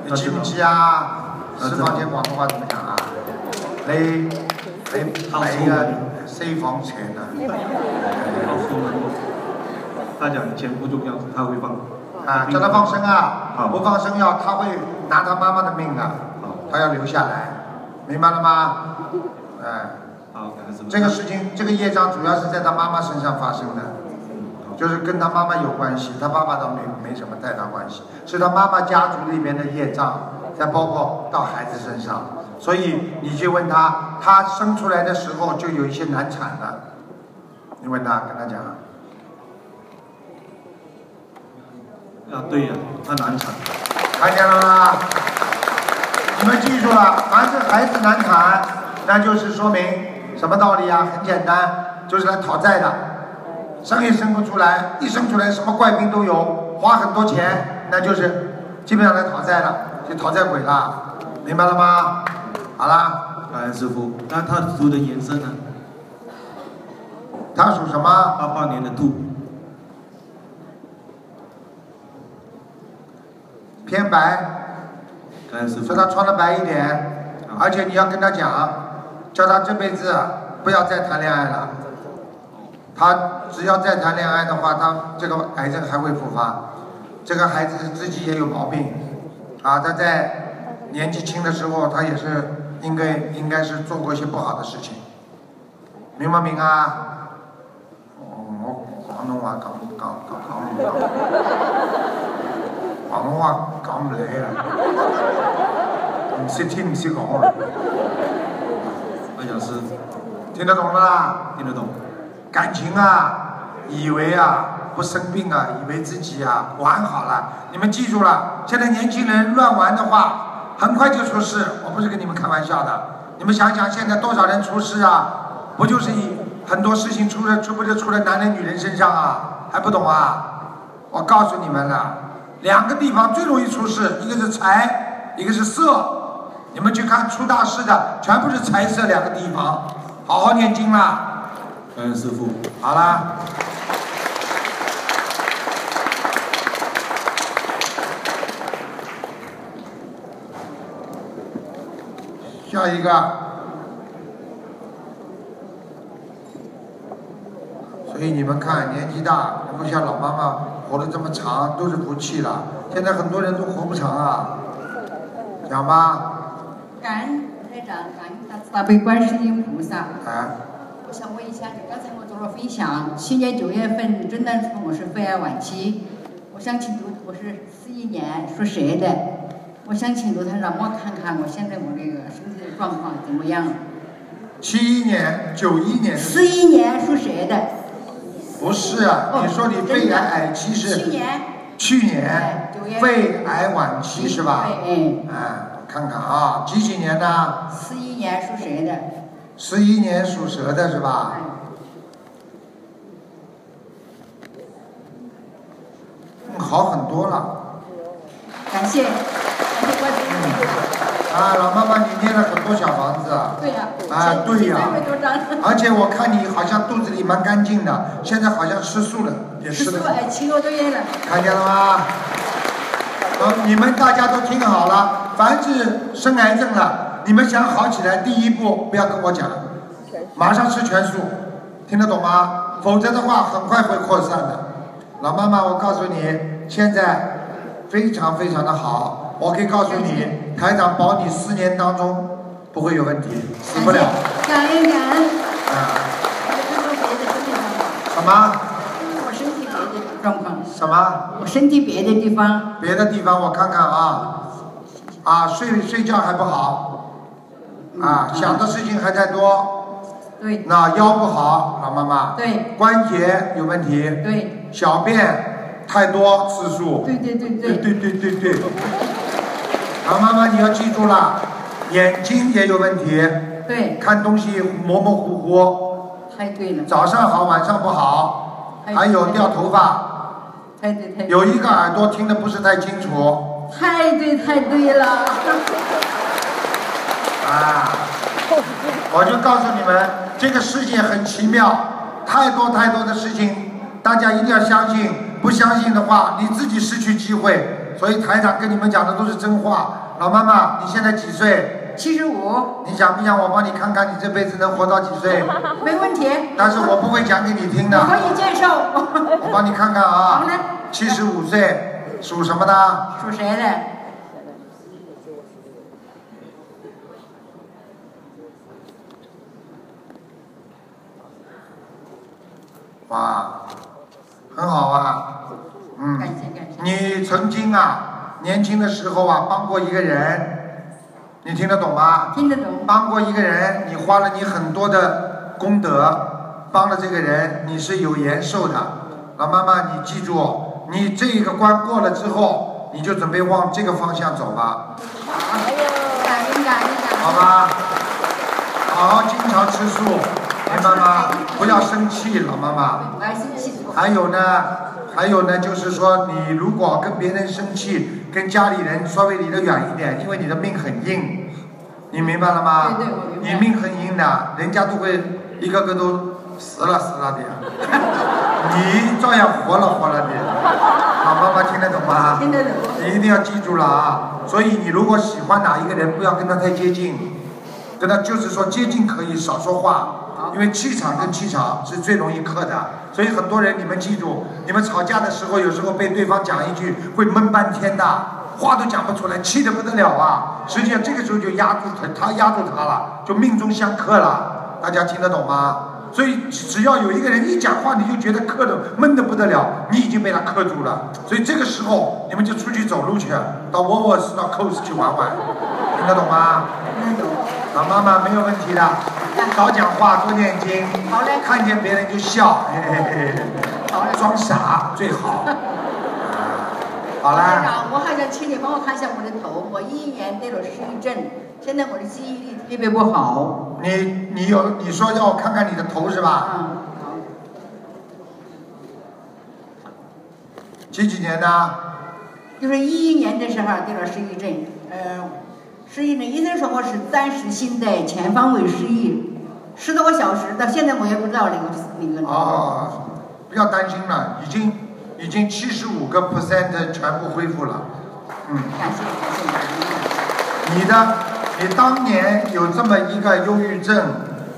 Speaker 2: 你记不记啊？
Speaker 7: 那
Speaker 2: 私
Speaker 7: 知道
Speaker 2: 房钱广东话怎么讲啊？你你你啊，私房钱啊。
Speaker 7: 他讲钱不重要，他会放。
Speaker 2: 啊，叫他放生啊
Speaker 7: 好，
Speaker 2: 不放生要他会拿他妈妈的命啊，他要留下来，明白了吗？哎，
Speaker 7: 好，感恩师傅。
Speaker 2: 这个事情，这个业障主要是在他妈妈身上发生的，就是跟他妈妈有关系，他爸爸倒没没什么太大关系，是他妈妈家族里面的业障，再包括到孩子身上，所以你去问他，他生出来的时候就有一些难产了，你问他，跟他讲，
Speaker 7: 啊，对呀、他难产。
Speaker 2: 看见了吗？你们记住了，凡是孩子难产，那就是说明什么道理啊？很简单，就是来讨债的，生也生不出来，一生出来什么怪病都有，花很多钱，那就是基本上来讨债了，就讨债鬼了，明白了吗？好啦，
Speaker 7: 感恩师傅。那他属的颜色呢？
Speaker 2: 他属什么？
Speaker 7: 八八年的兔，
Speaker 2: 偏白，
Speaker 7: 感恩师傅
Speaker 2: 说。他穿的白一点，而且你要跟他讲，叫他这辈子啊不要再谈恋爱了。他只要再谈恋爱的话，他这个癌症还会复发。这个孩子自己也有毛病，啊，他在年纪轻的时候，他也是应该应该是做过一些不好的事情，明不明啊？哦，我广东话讲讲讲讲唔到，广东话讲唔嚟啊！唔識聽唔識講啊，
Speaker 7: 哎呀，是
Speaker 2: 聽得懂啦？
Speaker 7: 听得懂。
Speaker 2: 感情啊，以为啊不生病啊，以为自己啊玩好了。你们记住了，现在年轻人乱玩的话，很快就出事。我不是跟你们开玩笑的，你们想想现在多少人出事啊？不就是以很多事情出在出不就出在男人女人身上啊？还不懂啊？我告诉你们了，两个地方最容易出事，一个是财，一个是色。你们去看出大事的，全部是财色两个地方。好好念经啦。
Speaker 7: 感恩师傅。
Speaker 2: 好啦，下一个。所以你们看，年纪大能够像老妈妈活得这么长，都是福气了。现在很多人都活不长啊，讲吧，
Speaker 8: 感恩台长，感恩大慈大悲观世音菩萨。
Speaker 2: 哎，
Speaker 8: 我想问一下，你刚才我做了分享，去年九月份诊断出我是肺癌晚期，我想请读，我是四一年属蛇的，我想请卢台长帮我看看我现在我这个身体的状况怎么样？
Speaker 2: 七一年、九一年的
Speaker 8: 四一年属蛇的，
Speaker 2: 不是啊？你说你肺癌癌期是？
Speaker 8: 去年哎
Speaker 2: 去年
Speaker 8: 对九月
Speaker 2: 肺癌晚期是吧？
Speaker 8: 对，
Speaker 2: 哎，我看看啊，几几年的？
Speaker 8: 嗯，四一年属蛇的，
Speaker 2: 十一年属蛇的是吧？嗯好很多了。
Speaker 8: 感谢感谢观世音菩萨。
Speaker 2: 啊，老妈妈，你念了很多小房子啊，
Speaker 8: 对呀、
Speaker 2: 啊
Speaker 8: 现
Speaker 2: 对呀
Speaker 8: 现在会多张，
Speaker 2: 而且我看你好像肚子里蛮干净的，现在好像吃素了，也
Speaker 8: 十
Speaker 2: 吃
Speaker 8: 四
Speaker 2: 的。
Speaker 8: 哎，七个多月了。
Speaker 2: 看见了吗？呃，你们大家都听好了，凡是生癌症了，你们想好起来，第一步不要跟我讲，马上吃全素，听得懂吗？否则的话，很快会扩散的。老妈妈，我告诉你，现在非常非常的好，我可以告诉你，台长保你四年当中不会有问题，死不了。
Speaker 8: 感恩感恩，
Speaker 2: 啊、
Speaker 8: 我就说别的真的
Speaker 2: 什么？
Speaker 8: 我身体别的状况，
Speaker 2: 什么？
Speaker 8: 我身体别的地方
Speaker 2: 别的地方我看看啊，啊，睡睡觉还不好，啊，想的事情还太多，
Speaker 8: 嗯对
Speaker 2: 那腰不好，老妈妈，
Speaker 8: 对
Speaker 2: 关节有问题，
Speaker 8: 对
Speaker 2: 小便太多次数，
Speaker 8: 对对对
Speaker 2: 对
Speaker 8: 对
Speaker 2: 对对对对，老妈妈你要记住了，眼睛也有问题，
Speaker 8: 对，
Speaker 2: 看东西模模糊糊，
Speaker 8: 太对了，
Speaker 2: 早上好晚上不好，
Speaker 8: 哎
Speaker 2: 还有掉头发，
Speaker 8: 太对太对
Speaker 2: 有一个耳朵听得不是太清楚。
Speaker 8: 太对太对了，
Speaker 2: 啊，我就告诉你们，这个世界很奇妙，太多太多的事情，大家一定要相信，不相信的话，你自己失去机会。所以台长跟你们讲的都是真话。老妈妈，你现在几岁？
Speaker 8: 七十五
Speaker 2: 你想不想我帮你看看你这辈子能活到几岁？
Speaker 8: 没问题，
Speaker 2: 但是我不会讲给你听的，
Speaker 8: 可以接受。
Speaker 2: 我帮你看看
Speaker 8: 好
Speaker 2: 啊。
Speaker 8: 嘞，
Speaker 2: 七十五岁，属什么的？
Speaker 8: 属谁的？
Speaker 2: 哇，很好啊。嗯。
Speaker 8: 感谢感谢。
Speaker 2: 你曾经啊，年轻的时候啊，帮过一个人，你听得懂吗？
Speaker 8: 听得懂？
Speaker 2: 帮过一个人，你花了你很多的功德，帮了这个人，你是有延寿的。老妈妈，你记住，你这一个关过了之后，你就准备往这个方向走吧，
Speaker 8: 感恩感恩感
Speaker 2: 好
Speaker 8: 恩。
Speaker 2: 吧？好好经常吃素，明白吗？不要生气，老妈妈。
Speaker 8: 我还是气死我
Speaker 2: 还有呢，还有呢，就是说你如果跟别人生气，跟家里人稍微离得远一点，因为你的命很硬，你明白了吗？
Speaker 8: 对对我明白
Speaker 2: 你命很硬的，人家都会一个个都死了死了的， 你照样活了活了的。好，妈妈听得懂吗？
Speaker 8: 听得懂。
Speaker 2: 你一定要记住了啊！所以你如果喜欢哪一个人，不要跟他太接近，跟他就是说接近可以少说话，因为气场跟气场是最容易克的。所以很多人你们记住，你们吵架的时候，有时候被对方讲一句会闷半天的，话都讲不出来，气得不得了啊！实际上这个时候就压住他，他压住他了，就命中相克了。大家听得懂吗？所以只只要有一个人一讲话，你就觉得克的闷的不得了，你已经被他克住了。所以这个时候你们就出去走路去，到沃沃斯到 cos 去玩玩，听得懂吗？
Speaker 8: 听得懂。
Speaker 2: 老妈妈没有问题的，少讲话，多念经。
Speaker 8: 好嘞
Speaker 2: 看见别人就笑，嘿嘿嘿
Speaker 8: 好嘞
Speaker 2: 嘿， 装傻最好。好
Speaker 8: 班
Speaker 2: 啦，
Speaker 8: 长，我还想请你帮我看一下我的头，我一年得了失忆症，现在我的记忆力特别不好。
Speaker 2: 你你有你说要我看看你的头是吧？
Speaker 8: 啊，好，
Speaker 2: 几几年的？
Speaker 8: 就是一一年的时候得了失忆症，呃，失忆症，医生说我是暂时性的全方位失忆，十多个小时，到现在我也不知道哪个是哪个。
Speaker 2: 哦，不要担心了，已经已经七十五个 percent 全部恢复了。嗯，
Speaker 8: 感谢感谢感谢，
Speaker 2: 你的你当年有这么一个忧郁症，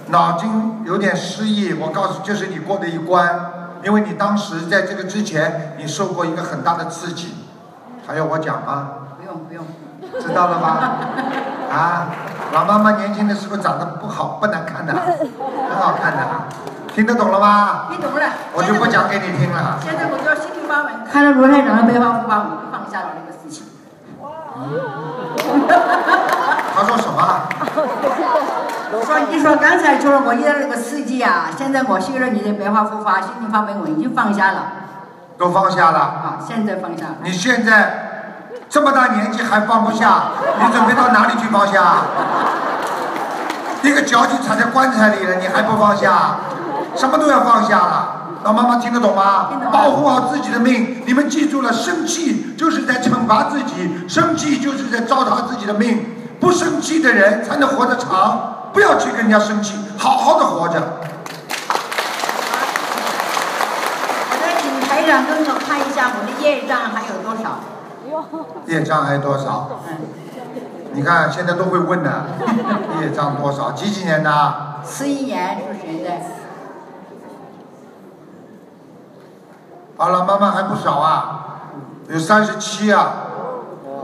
Speaker 2: 脑筋有点失忆，我告诉就是你过的一关，因为你当时在这个之前你受过一个很大的刺激，还要我讲吗？
Speaker 8: 不用不用，
Speaker 2: 知道 了吧？啊，老妈妈年轻的时候长得不好不难看的，很好看的，啊听得懂了吗？
Speaker 8: 听懂了。
Speaker 2: 我就不讲给你听了。
Speaker 8: 现在我就要心里发稳，看到罗台长的梅花把我放下了这个事情。
Speaker 2: 他说什么？
Speaker 8: 说你说刚才就是我遇到这个司机啊，现在我学了你的白话佛法，心灵法门，我已经放下了
Speaker 2: 都放下了。
Speaker 8: 啊，现在放下了。
Speaker 2: 你现在这么大年纪还放不下，你准备到哪里去放下？一个脚底踩在棺材里了，你还不放下？什么都要放下了。老妈妈听得懂吗
Speaker 8: 听得？懂
Speaker 2: 保护好自己的命。你们记住了，生气就是在惩罚自己，生气就是在糟蹋自己的命。不生气的人才能活得长。不要去跟人家生气，好好的活着。
Speaker 8: 我再请台长跟我看一下我的业障还有多少。
Speaker 2: 业障还多少？
Speaker 8: 嗯
Speaker 2: 你看现在都会问呢，业障多少？几几年的啊？
Speaker 8: 四一年是谁的？
Speaker 2: 好了，妈妈还不少啊，有三十七啊，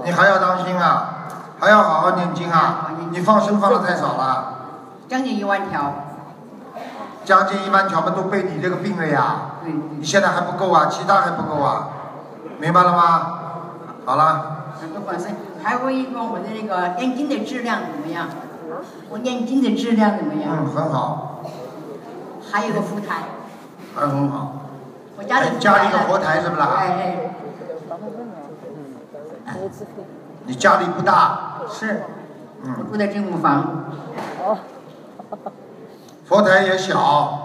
Speaker 2: 你还要当心啊，还要好好念经啊，你放生放的太少了，
Speaker 8: 将近一万条。
Speaker 2: 将近一万条嘛都被你这个病了呀。你现在还不够啊，其他还不够啊，明白了吗？好了，
Speaker 8: 不管是还问一问我的那个念经的质量怎么样，我念经的质量怎么样？
Speaker 2: 嗯，很好，
Speaker 8: 还有个福台，
Speaker 2: 还很好。
Speaker 8: 我家里
Speaker 2: 哎家里有佛台是不啦
Speaker 8: 哎哎，
Speaker 2: 你家里不大，
Speaker 8: 是，我
Speaker 2: 嗯，
Speaker 8: 哎
Speaker 2: 哦
Speaker 8: 住在正木房，
Speaker 2: 佛台也小，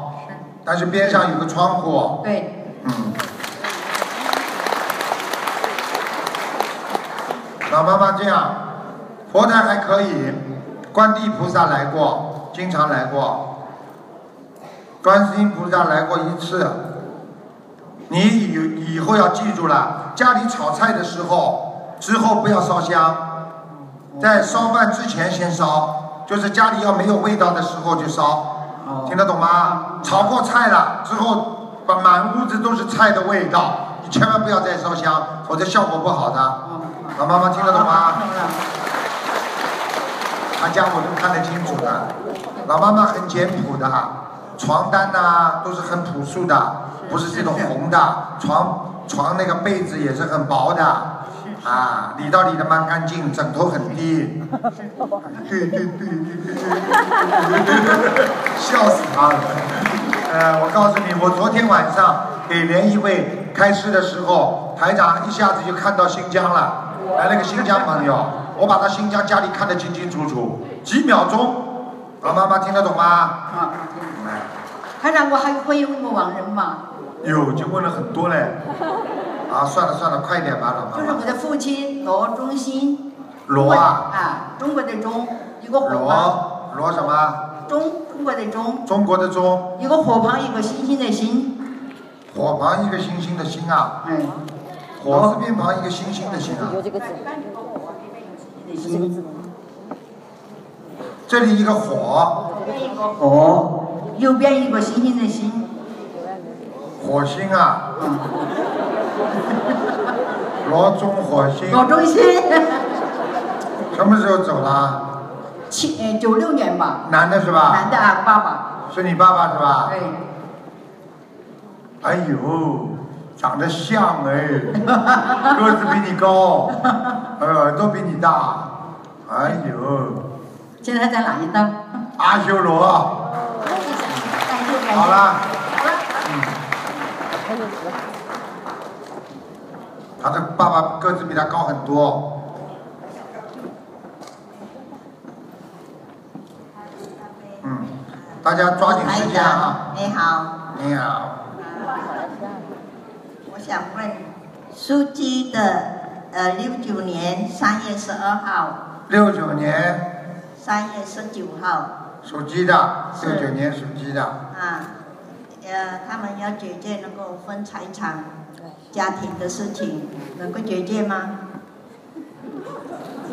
Speaker 2: 但是边上有个窗户，
Speaker 8: 对，
Speaker 2: 嗯。老妈妈这样，佛台还可以，观地菩萨来过，经常来过，观世音菩萨来过一次。你以以后要记住了，家里炒菜的时候，之后不要烧香，在烧饭之前先烧，就是家里要没有味道的时候就烧，听得懂吗？炒过菜了之后，把满屋子都是菜的味道，你千万不要再烧香，否则效果不好的。老妈妈听得懂吗？他家我都看得清楚的，老妈妈很简朴的，床单呐、都是很朴素的，不是这种红的，床床那个被子也是很薄的，啊， 理到理的蛮干净，枕头很低， 对对对笑死他了。呃，我告诉你，我昨天晚上给联谊会开市的时候，台长一下子就看到新疆了，来了个新疆朋友，我把他新疆家里看得清清楚楚，几秒钟，老妈妈听得懂吗？
Speaker 8: 啊，
Speaker 2: 嗯
Speaker 8: 台长，我还会问过亡人吗？
Speaker 2: 有就问了很多嘞。啊，算了算了，快点吧，老妈
Speaker 8: 就是我
Speaker 2: 妈。
Speaker 8: 的父亲罗中心，
Speaker 2: 罗啊，
Speaker 8: 啊，中国的中，一个火旁，
Speaker 2: 罗罗什么？
Speaker 8: 中中国的中，
Speaker 2: 中国的中，
Speaker 8: 一个火旁，一个星星的星，
Speaker 2: 火旁一个星星的星啊，
Speaker 8: 哎，
Speaker 2: 火字边旁一个星星的星啊。
Speaker 9: 有这个字，
Speaker 8: 的星，
Speaker 2: 这里一个火，
Speaker 8: 火，右边一个星星的星，
Speaker 2: 火星啊，罗中火星，
Speaker 8: 罗中心，
Speaker 2: 什么时候走了？
Speaker 8: 七呃九六年吧，
Speaker 2: 男的是
Speaker 8: 男
Speaker 2: 吧？
Speaker 8: 的啊，爸爸，
Speaker 2: 是你爸爸是吧？
Speaker 8: 对，
Speaker 2: 哎呦，长得像哎，个子比你高，呃，耳朵比你大，哎呦，
Speaker 8: 现在在哪一档？
Speaker 2: 阿修罗，啊
Speaker 8: 感谢感谢。
Speaker 2: 好了，嗯，他的爸爸个子比他高很多。嗯，大家抓紧时间啊！
Speaker 3: 你好，
Speaker 2: 你好，
Speaker 3: 我想问，苏基的呃六九年三月十二号、
Speaker 2: 六九年
Speaker 3: 三月十九号
Speaker 2: 属鸡的，
Speaker 3: 是
Speaker 2: 六九年属鸡的，
Speaker 3: 啊，呃，他们要姐姐能够分财产、家庭的事情，能够姐姐吗？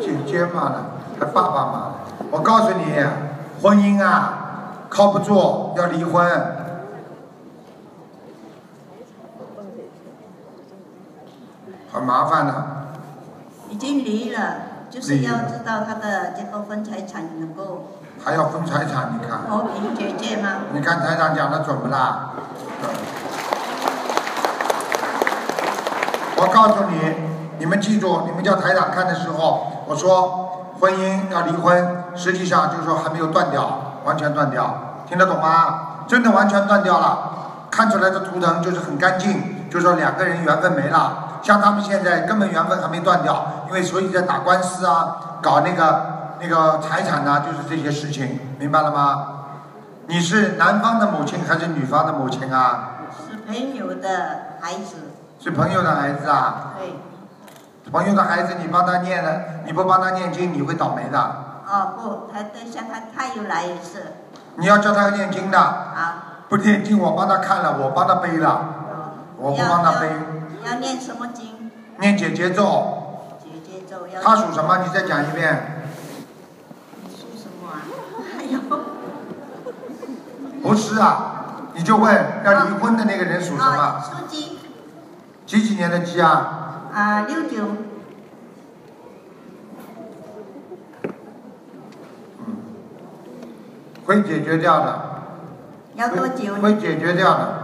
Speaker 2: 姐姐嘛了，还爸爸嘛了。我告诉你，婚姻啊，靠不住，要离婚。很麻烦的，
Speaker 3: 已经离了，就是要知道他的这个分财产能够
Speaker 2: 还要分财产，你看，
Speaker 3: 和平姐姐吗？
Speaker 2: 你看台长讲的准不啦？准我告诉你，你们记住，你们叫台长看的时候，我说婚姻要离婚，实际上就是说还没有断掉，完全断掉，听得懂吗？真的完全断掉了，看出来的图腾就是很干净，就是说两个人缘分没了。像他们现在根本缘分还没断掉，因为所以在打官司啊，搞那个那个财产呐、就是这些事情，明白了吗？你是男方的母亲还是女方的母亲啊？
Speaker 3: 是朋友的孩子，
Speaker 2: 是朋友的孩子啊？
Speaker 3: 对，
Speaker 2: 朋友的孩子，你帮他念了，你不帮他念经，你会倒霉的。
Speaker 3: 哦不，他对象他太有来也是
Speaker 2: 你要叫他念经的，
Speaker 3: 啊，
Speaker 2: 不念经我帮他看了，我帮他背了，我不
Speaker 3: 要
Speaker 2: 帮他背。
Speaker 3: 要要念什么经？
Speaker 2: 念姐姐咒，
Speaker 3: 姐姐咒要
Speaker 2: 他属什么？你再讲一遍。
Speaker 3: 属什么啊？ 哎呦，
Speaker 2: 不是啊，你就问要离婚的那个人属什
Speaker 3: 啊，
Speaker 2: 么？
Speaker 3: 属鸡
Speaker 2: 几几年的鸡啊？
Speaker 3: 啊，六九
Speaker 2: 会解决掉的。
Speaker 10: 要多久？
Speaker 2: 会解决掉的。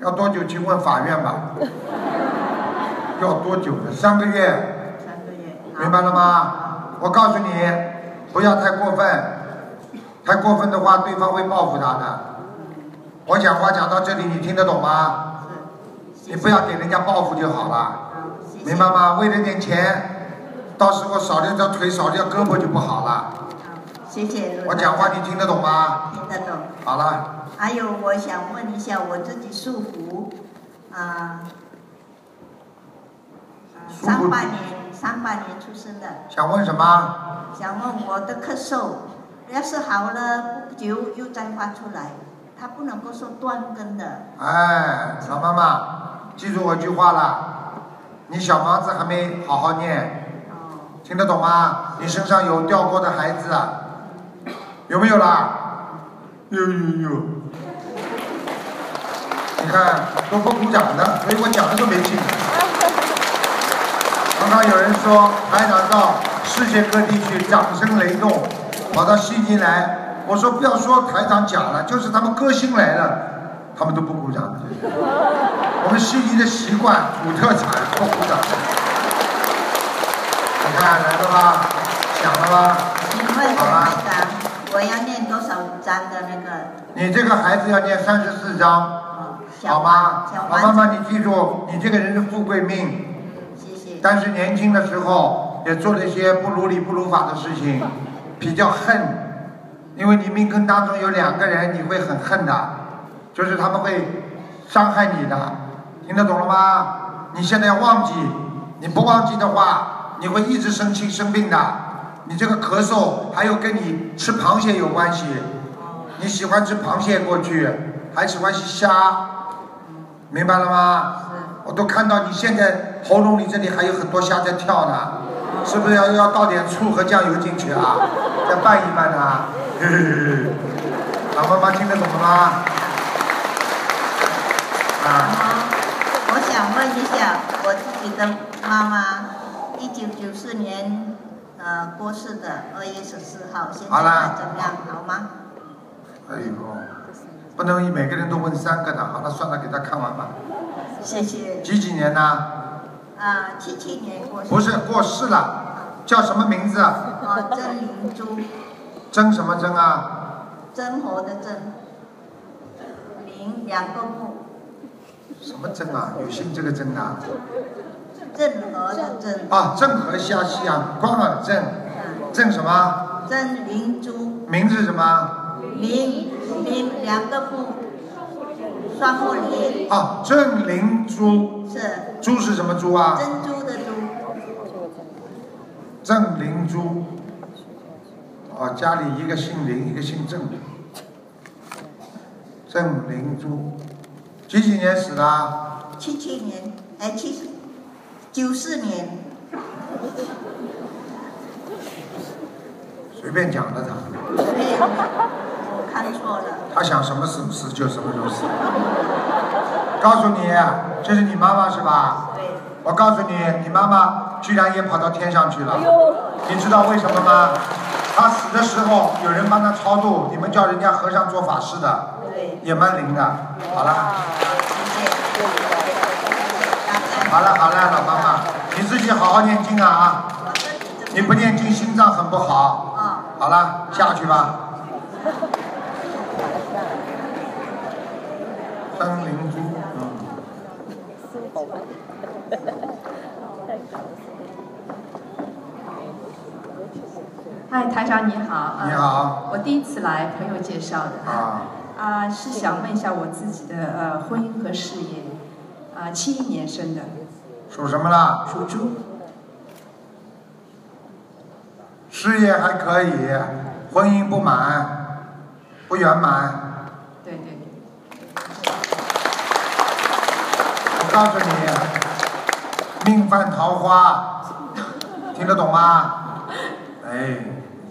Speaker 2: 要多久？去问法院吧。要多久的？三个月，
Speaker 10: 三个月。
Speaker 2: 明白了吗？我告诉你，不要太过分，太过分的话，对方会报复他的。我讲话讲到这里，你听得懂吗？你不要给人家报复就好了，明白吗？为了点钱，到时候少了条腿，少了条胳膊就不好了。
Speaker 10: 谢谢卢
Speaker 2: 我
Speaker 10: 台
Speaker 2: 讲话
Speaker 10: 长，
Speaker 2: 你听得懂吗？
Speaker 10: 听得懂。
Speaker 2: 好了，
Speaker 10: 还有，我想问一下我自己属虎，啊、啊
Speaker 2: 属虎
Speaker 10: 三八年三八年出生的，
Speaker 2: 想问什么？
Speaker 10: 想问我的咳嗽，要是好了不久又再发出来，它不能够说断根的。
Speaker 2: 哎，老妈妈，记住我句话了，你小房子还没好好念，
Speaker 10: 哦，
Speaker 2: 听得懂吗？你身上有掉过的孩子啊，有没有啦？有有有。你看都不鼓掌的，所以我讲的都没听。刚刚有人说台长到世界各地去，掌声雷动，跑到悉尼来，我说不要说台长讲了，就是他们歌星来了，他们都不鼓掌的。我们悉尼的习惯，土特产不鼓掌。你看来了吧？想了吧？
Speaker 10: 请问
Speaker 2: 好啊
Speaker 10: 台长，我要念多少章的那个？
Speaker 2: 你这个孩子要念三十四章，
Speaker 10: 哦，小
Speaker 2: 好吗？
Speaker 10: 小
Speaker 2: 老妈
Speaker 10: 丸子，
Speaker 2: 妈，你记住，你这个人是富贵命，
Speaker 10: 谢谢。
Speaker 2: 但是年轻的时候也做了一些不如理不如法的事情， 比较恨，因为你命根当中有两个人你会很恨的，就是他们会伤害你的，听得懂了吗？你现在要忘记，你不忘记的话，你会一直生气生病的。你这个咳嗽还有跟你吃螃蟹有关系，
Speaker 10: 哦
Speaker 2: 你喜欢吃螃蟹过去，还喜欢吃虾，明白了吗？我都看到你现在喉咙里这里还有很多虾在跳呢，是不是要要倒点醋和酱油进去啊？再拌一拌啊？老妈妈听得懂了吗？啊，
Speaker 10: 我想问一下我自己的妈妈，一九九四年呃过世的，二月十四号，现在
Speaker 2: 好啦
Speaker 10: 还怎么样？好吗？
Speaker 2: 哎呦，不能每个人都问三个的，好了，算了，给他看完吧。
Speaker 10: 谢谢。
Speaker 2: 几几年呢？
Speaker 10: 啊，七七年过世。
Speaker 2: 不是过世了，叫什么名字啊？
Speaker 10: 啊，曾灵珠，
Speaker 2: 争什么争啊？
Speaker 10: 曾活的曾，灵两个木，
Speaker 2: 什么争啊？有姓这个争啊？
Speaker 10: 郑和的郑，
Speaker 2: 啊，郑和下西洋，关尔郑，
Speaker 10: 啊，
Speaker 2: 郑什么？
Speaker 10: 曾灵珠，
Speaker 2: 名字是什么？
Speaker 10: 灵灵两个木，双木林
Speaker 2: 啊，郑灵珠，
Speaker 10: 是
Speaker 2: 珠是什么珠啊？
Speaker 10: 珍珠的珠，
Speaker 2: 郑灵珠。哦，家里一个姓林，一个姓郑。郑灵珠，几几年死的啊？
Speaker 10: 七七年，哎，七九四年。
Speaker 2: 随便讲的他，
Speaker 10: 没有，哎我看错了。
Speaker 2: 他想什么时候死就什么时候死。告诉你，啊这是你妈妈是吧？
Speaker 10: 对，
Speaker 2: 我告诉你，你妈妈居然也跑到天上去了。
Speaker 10: 哎
Speaker 2: 你知道为什么吗？她死的时候有人帮她超度，你们叫人家和尚做法事的，
Speaker 10: 对，
Speaker 2: 也蛮灵的。好了，
Speaker 10: 谢谢，谢谢大家。
Speaker 2: 好了，好了，老妈妈，你自己好好念经啊啊！
Speaker 10: 我自己这
Speaker 2: 你不念经，心脏很不好。
Speaker 10: 啊，
Speaker 2: 好了，下去吧。张灵珠，嗯，
Speaker 11: 嗨，台长你好。呃
Speaker 2: 你。好
Speaker 11: 我第一次来，朋友介绍的。
Speaker 2: 啊，
Speaker 11: 啊、是想问一下我自己的呃婚姻和事业。啊、7七一年生的，
Speaker 2: 属什么啦？
Speaker 11: 属猪。
Speaker 2: 事业还可以，婚姻不满，不圆满。
Speaker 11: 对对对。
Speaker 2: 我告诉你，命犯桃花，听得懂吗？哎，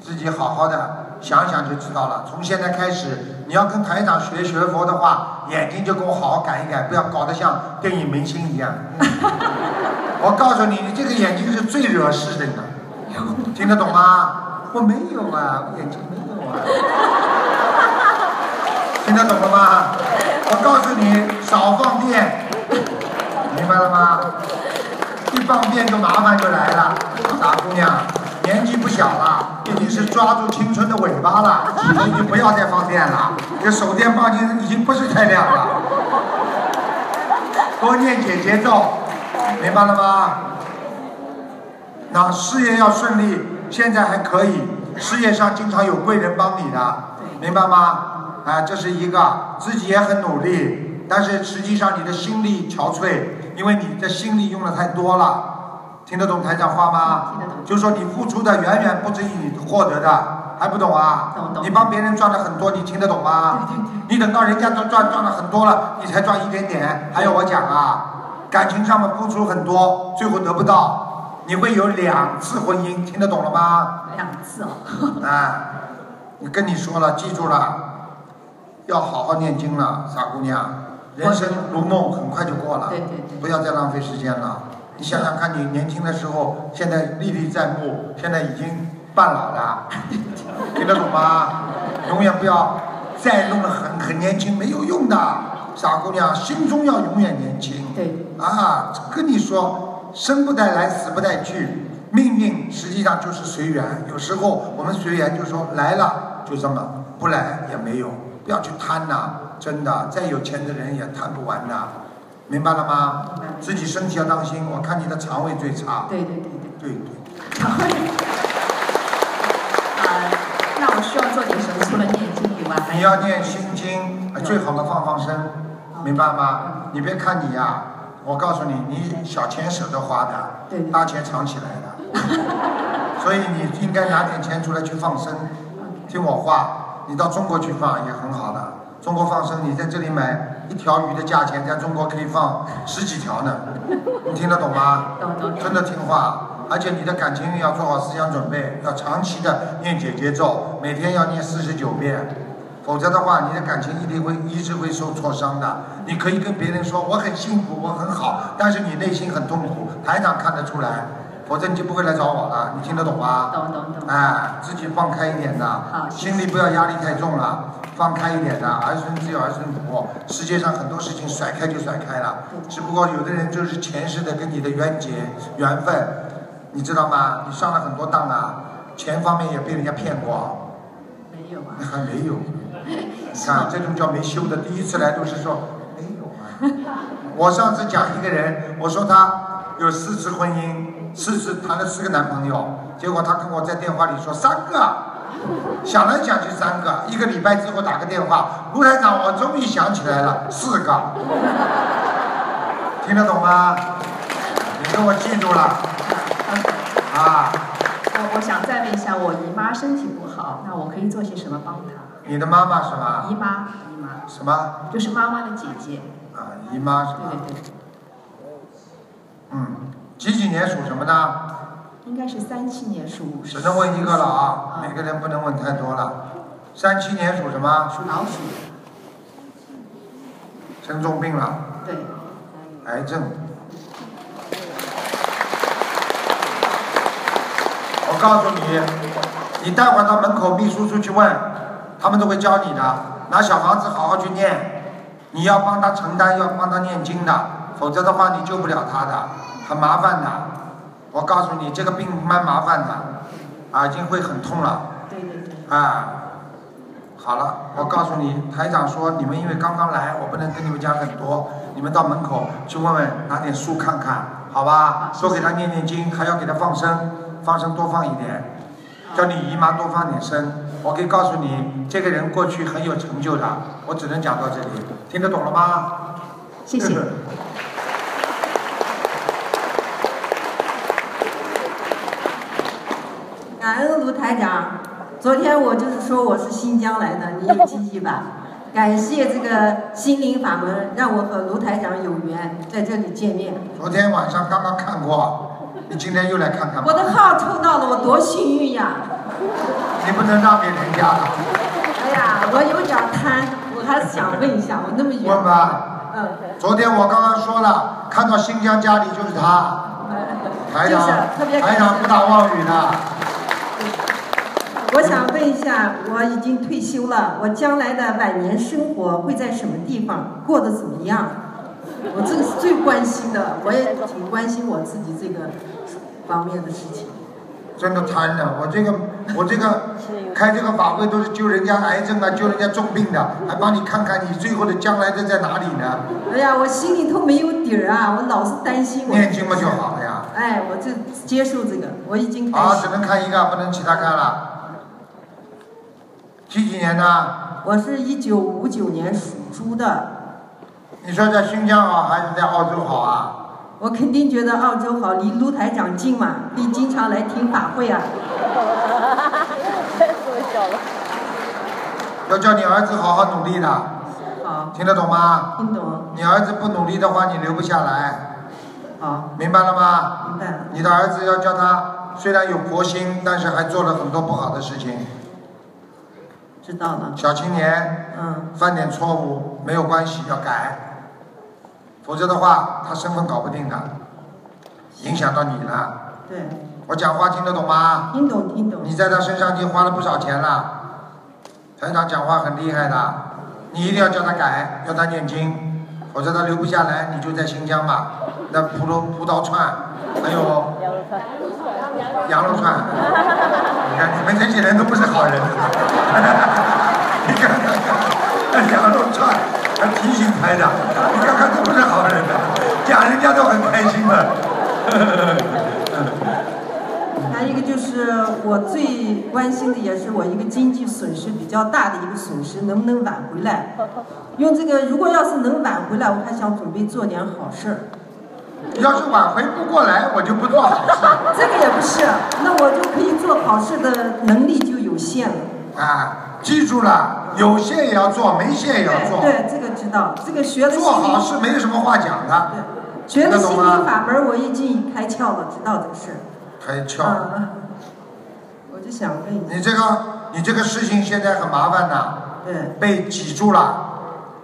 Speaker 2: 自己好好的想想就知道了。从现在开始，你要跟台长学学佛的话，眼睛就给我好好改一改，不要搞得像电影明星一样。嗯我告诉你，你这个眼睛是最惹事的呢，听得懂吗？我没有啊，我眼睛没有啊。听得懂了吗？我告诉你，少放电，明白了吗？一放电就麻烦就来了，傻姑娘，年纪不小了，已经是抓住青春的尾巴了，你已经不要再放电了，这手电棒已经已经不是太亮了，多念姐姐咒，明白了吗？那事业要顺利，现在还可以，事业上经常有贵人帮你的，明白吗？啊，这是一个，自己也很努力，但是实际上你的心力憔悴，因为你的心力用的太多了。听得懂台长话吗？嗯听得懂。就说你付出的远远不止于你获得的，还不懂啊？你帮别人赚了很多，你听得懂吗？你等到人家都赚赚了很多了，你才赚一点点，还要我讲啊？感情上面付出很多，最后得不到，你会有两次婚姻，听得懂 了吗？
Speaker 9: 两次哦。
Speaker 2: 啊，我跟你说了，记住了，要好好念经了，傻姑娘，人生如梦，很快就过了，
Speaker 9: 对对对
Speaker 2: 不要再浪费时间了。你想想看，你年轻的时候，现在历历在目，现在已经半老 了，听得懂吗？永远不要再弄得很很年轻，没有用的。傻姑娘，心中要永远年轻。
Speaker 9: 对。
Speaker 2: 啊，跟你说，生不带来，死不带去，命运实际上就是随缘。有时候我们随缘，就说来了就这么，不来也没有，不要去贪呐、真的，再有钱的人也贪不完的，明白了吗？自己身体要当心，我看你的肠胃最差。
Speaker 9: 对对对
Speaker 2: 对对。
Speaker 9: 那我需要做点什么？除了念经以外，还
Speaker 2: 你要念心经，呃最好的放放生，
Speaker 9: 嗯
Speaker 2: 明白吗？你别看你呀、我告诉你，你小钱舍得花的，大钱藏起来 的，所以你应该拿点钱出来去放生。听我话，你到中国去放也很好的。中国放生，你在这里买一条鱼的价钱，在中国可以放十几条 呢。你听得懂吗？
Speaker 9: 懂懂
Speaker 2: 真的听话，而且你的感情运要做好思想准备，要长期的念姐姐咒，每天要念四十九遍，否则的话，你的感情一定会一直会受挫伤的。你可以跟别人说我很幸福，我很
Speaker 9: 嗯
Speaker 2: 好，但是你内心很痛苦，台长看得出来，否则你就不会来找我了。你听得懂吗？
Speaker 9: 懂懂懂。
Speaker 2: 哎，自己放开一点呐，心里不要压力太重了，放开一点呐，儿孙自有儿孙福。世界上很多事情甩开就甩开了，
Speaker 9: 嗯
Speaker 2: 只不过有的人就是前世的跟你的冤结缘分，你知道吗？你上了很多当啊，钱方面也被人家骗过，
Speaker 9: 没有啊。
Speaker 2: 还没有。你看，这种叫没修的，第一次来都是说没有啊。 我上次讲一个人，我说他有四次婚姻，四次谈了四个男朋友，结果他跟我在电话里说三个啊，想来想去三个，一个礼拜之后打个电话，卢台长，我终于想起来了，四个，听得懂吗？你给我记住了，啊，
Speaker 9: 我我想再问一下，我姨妈身体不好，那我可以做些什么帮她？
Speaker 2: 你的妈妈是吧？
Speaker 9: 姨妈，姨妈
Speaker 2: 什么？
Speaker 9: 就是妈妈的姐姐，
Speaker 2: 啊，姨妈是吧？
Speaker 9: 对对对。
Speaker 2: 嗯，几几年属什么呢？
Speaker 9: 应该是三七年属。
Speaker 2: 只能问一个了啊，每个人不能问太多了。三七年属什么？属老鼠。生重病了，
Speaker 9: 对，
Speaker 2: 癌症。我告诉你，你待会儿到门口秘书处去问，他们都会教你的。拿小房子好好去念，你要帮他承担，要帮他念经的，否则的话你救不了他的，很麻烦的。我告诉你，这个病蛮麻烦的，啊，已经会很痛了。
Speaker 9: 对对对。
Speaker 2: 啊，好了，我告诉你，台长说你们因为刚刚来，我不能跟你们讲很多，你们到门口去问问，拿点书看看，好吧？多给他念念经，还要给他放生，放生多放一点，叫你姨妈多放点生。我可以告诉你，这个人过去很有成就的，我只能讲到这里，听得懂了吗？
Speaker 9: 谢 谢。
Speaker 11: 感恩卢台长，昨天我就是说我是新疆来的，你有记忆 吧？感谢这个心灵法门，让我和卢台长有缘，在这里见面。
Speaker 2: 昨天晚上刚刚看过，你今天又来看看吧。
Speaker 11: 我的号抽到了，我多幸运呀！
Speaker 2: 你不能让给人家了。
Speaker 11: 哎呀，我有点贪，我还想问一下，我那么远。
Speaker 2: 问吧。
Speaker 11: 嗯。
Speaker 2: 昨天我刚刚说了，看到新疆家里就是他，台
Speaker 11: 就
Speaker 2: 长
Speaker 11: 是特别，感
Speaker 2: 台
Speaker 11: 谢
Speaker 2: 长不打妄语的。
Speaker 11: 我想问一下，我已经退休了，我将来的晚年生活会在什么地方过得怎么样？我这个是最关心的，我也挺关心我自己这个方面的事情。
Speaker 2: 真的贪的，我这个我这个开这个法会都是救人家癌症啊，救人家重病的，还帮你看看你最后的将来的在哪里呢？
Speaker 11: 哎呀，我心里头没有底儿啊，我老是担心我。
Speaker 2: 念经嘛就好了呀。
Speaker 11: 哎，我就接受这个，我已经开始。
Speaker 2: 啊，只能看一个，不能其他看了。几几年的？
Speaker 11: 我是一九五九年属猪的，
Speaker 2: 你说在新疆好还是在澳洲好啊？
Speaker 11: 我肯定觉得澳洲好，离卢台长近嘛，可以经常来听法会啊。
Speaker 2: 要叫你儿子好好努力的，
Speaker 11: 好，
Speaker 2: 听得懂吗？
Speaker 11: 听懂。
Speaker 2: 你儿子不努力的话，你留不下来。
Speaker 11: 好。
Speaker 2: 明白了吗？
Speaker 11: 啊明白了。
Speaker 2: 你的儿子要叫他，虽然有佛心，但是还做了很多不好的事情。
Speaker 11: 知道了。
Speaker 2: 小青年，
Speaker 11: 嗯，
Speaker 2: 犯点错误没有关系，要改，否则的话，他身份搞不定的，影响到你了。
Speaker 11: 对，
Speaker 2: 我讲话听得懂吗？
Speaker 11: 听懂听懂。
Speaker 2: 你在他身上已经花了不少钱了，台长讲话很厉害的，你一定要叫他改，要他念经，否则他留不下来，你就在新疆吧，那葡萄葡萄串，还有羊肉串，你看你们这些人都不是好人，你看看看，羊肉串还提醒台长，你看看都不是好人的，讲人家都很开心的。
Speaker 11: 嗯还有一个就是我最关心的，也是我一个经济损失比较大的一个损失，能不能挽回来？用这个，如果要是能挽回来，我还想准备做点好事儿。
Speaker 2: 要是挽回不过来，我就不做好事。
Speaker 11: 哦这个也不是，啊那我就可以做好事的能力就有限了。
Speaker 2: 啊，记住了，有线也要做，没线也要做。
Speaker 11: 哎对，这个知道，这个学了心
Speaker 2: 做好事
Speaker 11: 灵，
Speaker 2: 没有什么话讲的。
Speaker 11: 学了
Speaker 2: 听得
Speaker 11: 心
Speaker 2: 懂
Speaker 11: 灵
Speaker 2: 吗？
Speaker 11: 法门，我已经开窍了，知道这个事儿。
Speaker 2: 开窍。
Speaker 11: 嗯，我就想问一下，
Speaker 2: 你这个，你这个事情现在很麻烦呐，
Speaker 11: 对，
Speaker 2: 被挤住了，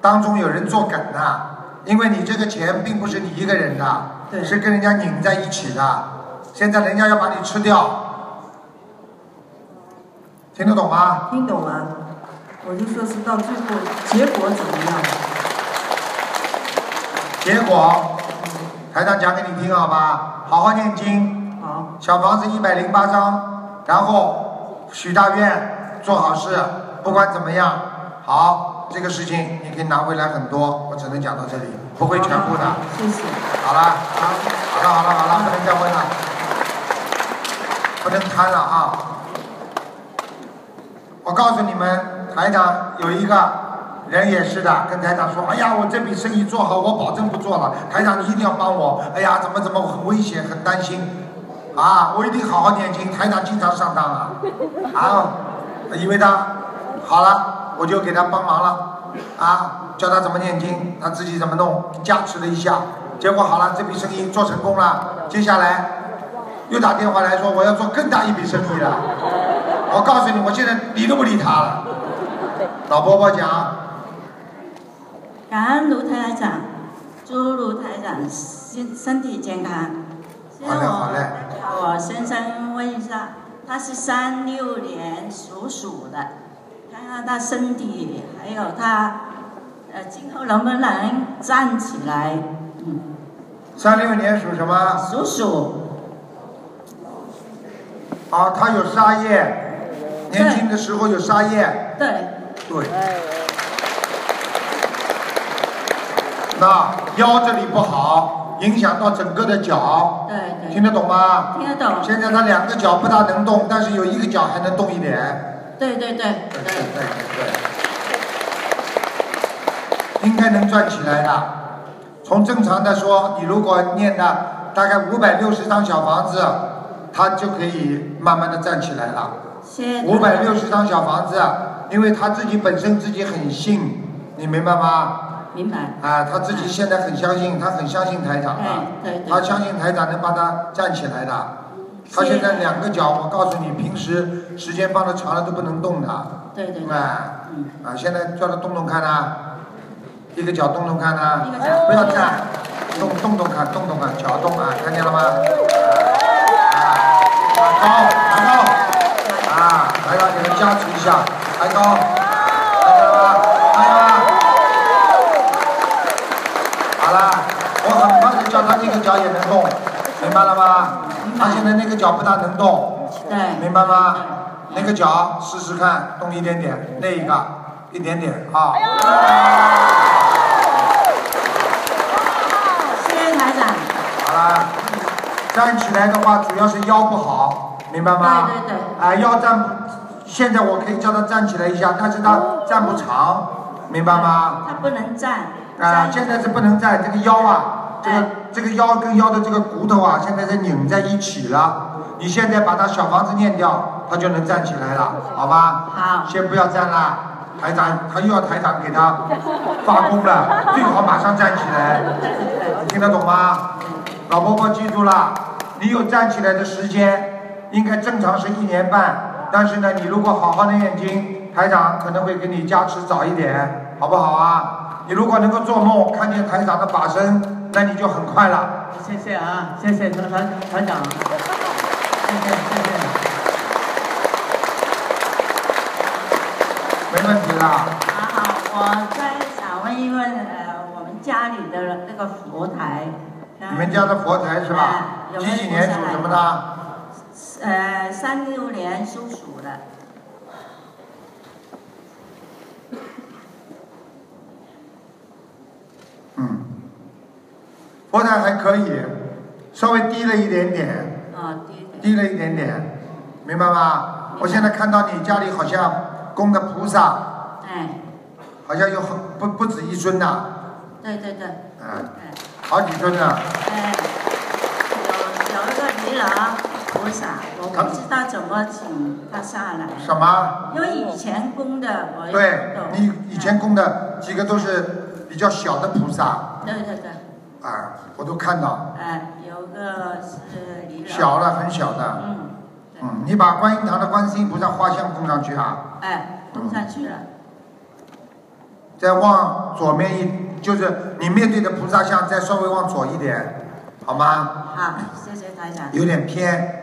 Speaker 2: 当中有人做梗呐，因为你这个钱并不是你一个人的，
Speaker 11: 对
Speaker 2: 是跟人家拧在一起的，现在人家要把你吃掉，听得懂吗？
Speaker 11: 听懂吗？我就说是到最后结果怎么样？
Speaker 2: 结果，台长讲给你听好吧，好好念经。
Speaker 11: 好。
Speaker 2: 小房子一百零八张，然后许大愿，做好事，不管怎么样，好，这个事情你可以拿回来很多，我只能讲到这里，不会全部的。
Speaker 11: 谢谢。
Speaker 2: 好了，好了，好了，好了，不能再问了，不能贪了啊！我告诉你们，台长有一个人也是的，跟台长说：“哎呀，我这笔生意做好，我保证不做了。台长，你一定要帮我。哎呀，怎么怎么，我很危险，很担心啊！我一定好好念经。台长经常上当啊， 啊，以为他好了，我就给他帮忙了。”啊，教他怎么念经，他自己怎么弄，加持了一下，结果好了，这笔生意做成功了。接下来又打电话来说我要做更大一笔生意了。我告诉你，我现在理都不理他了。老伯伯讲，
Speaker 12: 感恩卢台长，祝卢台长身身体健康。
Speaker 2: 好嘞好嘞，
Speaker 12: 我先生问一下，他是三六年属鼠的，看看他身体，还有他呃今后能不能站起来？嗯，
Speaker 2: 三六年属什么？属
Speaker 12: 鼠。
Speaker 2: 啊，他有沙叶，年轻的时候有沙叶。
Speaker 12: 对，哎
Speaker 2: 对。那腰这里不好，影响到整个的脚，
Speaker 12: 对对，
Speaker 2: 听得懂吗？
Speaker 12: 听得懂
Speaker 2: 现在他两个脚不大能动，但是有一个脚还能动一点，
Speaker 12: 对对对
Speaker 2: 对对对对，应该能转起来的。从正常的说，你如果念的大概五百六十张小房子，他就可以慢慢的站起来了。
Speaker 12: 谢谢台长。
Speaker 2: 五百六十张小房子，啊因为他自己本身自己很信，你明白吗？
Speaker 12: 明白。
Speaker 2: 啊，他自己现在很相信，他很相信台长啊，
Speaker 12: 哎对对对
Speaker 2: 他相信台长能帮他站起来的。他现在两个脚，我告诉你，平时时间放的长了都不能动的。
Speaker 12: 对对嗯对，
Speaker 2: 啊，啊，现在叫他动动看啊，一个脚动动看啊
Speaker 12: 一个脚，
Speaker 2: 不要站，动动动看，动动看，脚动啊，看见了吗？啊，啊，高，啊高，啊，来了，你们加持一下，抬高，啊看见了吗？看见了吗？好了，我很快就叫他那个脚也能动，明白了吗？他现在那个脚不大能动，
Speaker 12: 对，
Speaker 2: 明白吗？那个脚试试看，动一点点，那一个一点点啊。
Speaker 12: 哎谢谢台长。
Speaker 2: 好啦，站起来的话主要是腰不好，明白吗？
Speaker 12: 对对对
Speaker 2: 啊、腰站不，现在我可以叫他站起来一下，但是
Speaker 12: 嗯
Speaker 2: 他站不长，明白吗？
Speaker 12: 他不能嗯站，
Speaker 2: 啊、现在是不能站，这个腰啊，这个这个腰跟腰的这个骨头啊，现在是拧在一起了。你现在把他小房子念掉，他就能站起来了，好吧？
Speaker 12: 好。
Speaker 2: 先不要站啦，台长，他又要台长给他发功了，最好马上站起来，听得懂吗？老婆婆记住了，你有站起来的时间，应该正常是一年半，但是呢，你如果好好的念经，台长可能会给你加持早一点，好不好啊？你如果能够做梦看见台长的法身，那你就很快了。
Speaker 13: 谢谢啊，谢谢团团团长，谢谢谢谢。
Speaker 2: 没问题啦。
Speaker 12: 我再想问一问，呃，我们家里的那个佛台，
Speaker 2: 你们家的佛台是吧？
Speaker 12: 有没
Speaker 2: 几
Speaker 12: 有
Speaker 2: 几年属什么的？
Speaker 12: 呃，三六年属鼠的，
Speaker 2: 佛台还可以，稍微低了一点点，
Speaker 12: 啊、对对，
Speaker 2: 低了一点点，明白吗？我现在看到你家里好像供的菩萨，
Speaker 12: 哎，
Speaker 2: 好像有很不不止一尊呐、
Speaker 12: 对对对，
Speaker 2: 嗯，好几尊呢、
Speaker 12: 哎，有有一个尼郎菩萨，我不知道怎么请他下来，
Speaker 2: 什么？
Speaker 12: 因为以前供的我也
Speaker 2: 对
Speaker 12: 不懂，
Speaker 2: 你以前供的几个都是比较小的菩萨
Speaker 12: 对对对，
Speaker 2: 啊，我都看到，
Speaker 12: 哎，有个是尼郎，
Speaker 2: 小的很小的。
Speaker 12: 嗯，
Speaker 2: 嗯，你把观音堂的观世音菩萨画像供上去啊，
Speaker 12: 哎，供上去了，
Speaker 2: 再往左面一，就是你面对的菩萨像，再稍微往左一点，好吗？
Speaker 12: 好，谢谢台长，
Speaker 2: 有点偏。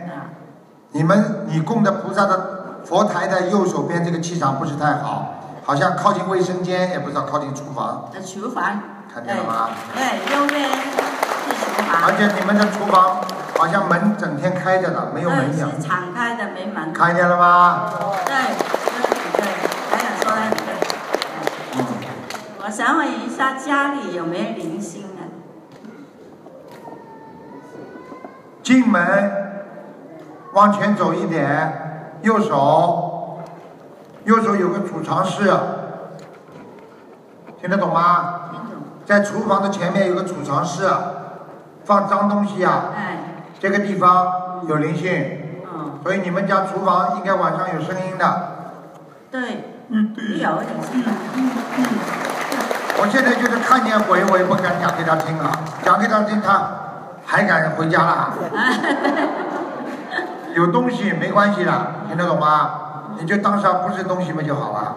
Speaker 2: 你们你供的菩萨的佛台的右手边这个气场不是太好，好像靠近卫生间，也不知道靠近厨房，
Speaker 12: 呃，厨房，
Speaker 2: 看见了吗？
Speaker 12: 哎，右边是厨房，
Speaker 2: 而且你们的厨房好像门整天开着的，没有门
Speaker 12: 呃
Speaker 2: 响
Speaker 12: 是。敞开的，没门的，
Speaker 2: 看见了吗？
Speaker 12: 对，台长说的对。我想问一下，家里有没有灵性啊？
Speaker 2: 进门，往前走一点，右手，右手有个储藏室，听得懂吗？在厨房的前面有个储藏室，放脏东西啊。
Speaker 12: 哎，
Speaker 2: 这个地方有灵性，
Speaker 12: 嗯，
Speaker 2: 所以你们家厨房应该晚上有声音的。
Speaker 12: 对，有 灵性。
Speaker 2: 我现在就是看见鬼，我也不敢讲给他听啊，讲给他听他还敢回家啦。有东西没关系的，听得懂吗？你就当上不是东西嘛就好了。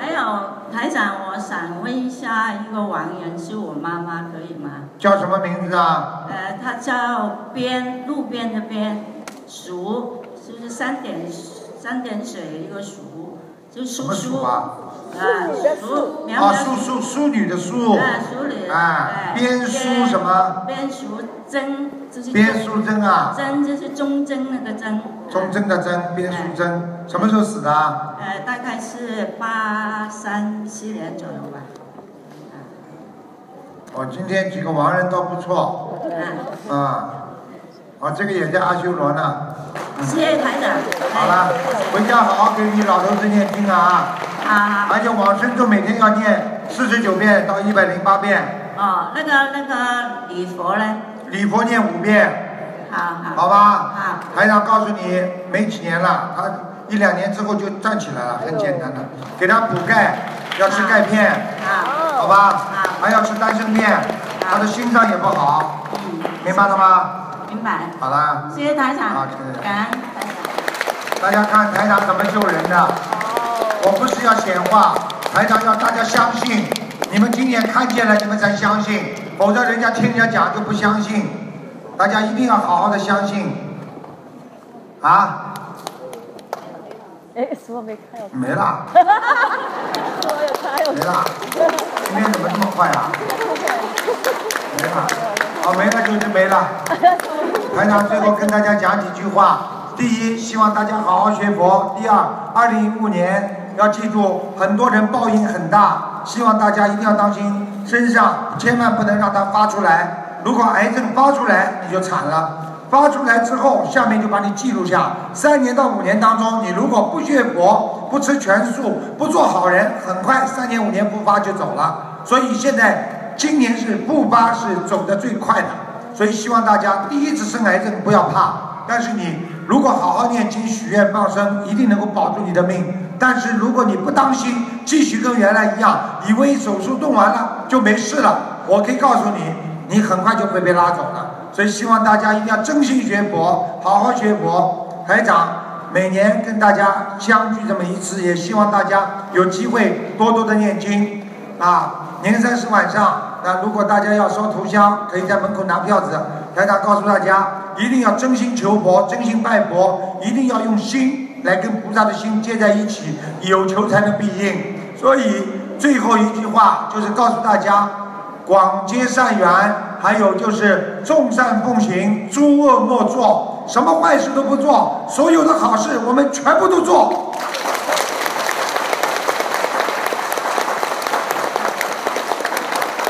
Speaker 12: 还有台长，我想问一下，一个亡人是我妈妈，可以吗？
Speaker 2: 叫什么名字啊？
Speaker 12: 呃，她叫边路边的边，熟就是三点三点水一个熟，就
Speaker 2: 什
Speaker 12: 叔
Speaker 2: 么淑
Speaker 12: 叔
Speaker 2: 啊？
Speaker 12: 啊，叔苗
Speaker 2: 啊，
Speaker 12: 苗
Speaker 2: 淑淑淑女的淑。
Speaker 12: 哎淑女
Speaker 2: 哎
Speaker 12: 哎，
Speaker 2: 边淑什么？
Speaker 12: 边淑珍，就是
Speaker 2: 边淑珍啊
Speaker 12: 珍就是忠贞那个贞，
Speaker 2: 忠贞的贞，边淑珍，什么时候死的啊？
Speaker 12: 呃，大概是八三七年左右吧。
Speaker 2: 哦，今天几个亡人倒不错。啊，啊，这个也在阿修罗呢。
Speaker 12: 谢谢台长。哎
Speaker 2: 好了，回家好好给你老头子念经啊。
Speaker 12: 啊。
Speaker 2: 而且往生咒每天要念四十九遍到一百零八遍，
Speaker 12: 哦，那个那个礼佛呢？
Speaker 2: 礼佛念五遍，
Speaker 12: 好好。
Speaker 2: 好吧？
Speaker 12: 好。
Speaker 2: 台长告诉你，没几年了，他一两年之后就站起来了，很简单的，给他补钙，要吃钙片，
Speaker 12: 好。
Speaker 2: 好吧？还要吃丹参片，他的心脏也不好，明白了吗？
Speaker 12: 嗯明白。
Speaker 2: 好啦。
Speaker 12: 谢谢台长
Speaker 2: 好，谢谢。
Speaker 12: 感恩。
Speaker 2: 大家看台长怎么救人的。我不是要显化，台长要大家相信。你们亲眼看见了，你们才相信，否则人家听人家讲就不相信。大家一定要好好的相信。啊？
Speaker 14: 哎，什么没看？
Speaker 2: 没了。啊
Speaker 14: 我有看，有
Speaker 2: 没了。今天怎么这么快啊？没了，好，没了就是没了。台长最后跟大家讲几句话：第一，希望大家好好学佛；第二，二零一五年要记住，很多人报应很大，希望大家一定要当心，身上千万不能让它发出来。如果癌症发出来，你就惨了。发出来之后，下面就把你记录下。三年到五年当中，你如果不学佛、不吃全素、不做好人，很快三年五年不发就走了。所以现在今年是不发是走得最快的。所以希望大家第一次生癌症不要怕，但是你如果好好念经、许愿、放生，一定能够保住你的命。但是如果你不当心，继续跟原来一样，以为手术动完了就没事了，我可以告诉你，你很快就会被拉走了。所以希望大家一定要真心学佛，好好学佛。台长每年跟大家相聚这么一次，也希望大家有机会多多的念经啊。年三十晚上，那如果大家要烧头香，可以在门口拿票子。台长告诉大家，一定要真心求佛，真心拜佛，一定要用心来跟菩萨的心接在一起，有求才能必应。所以最后一句话就是告诉大家，广结善缘。还有就是众善奉行，诸恶莫作，什么坏事都不做，所有的好事我们全部都做。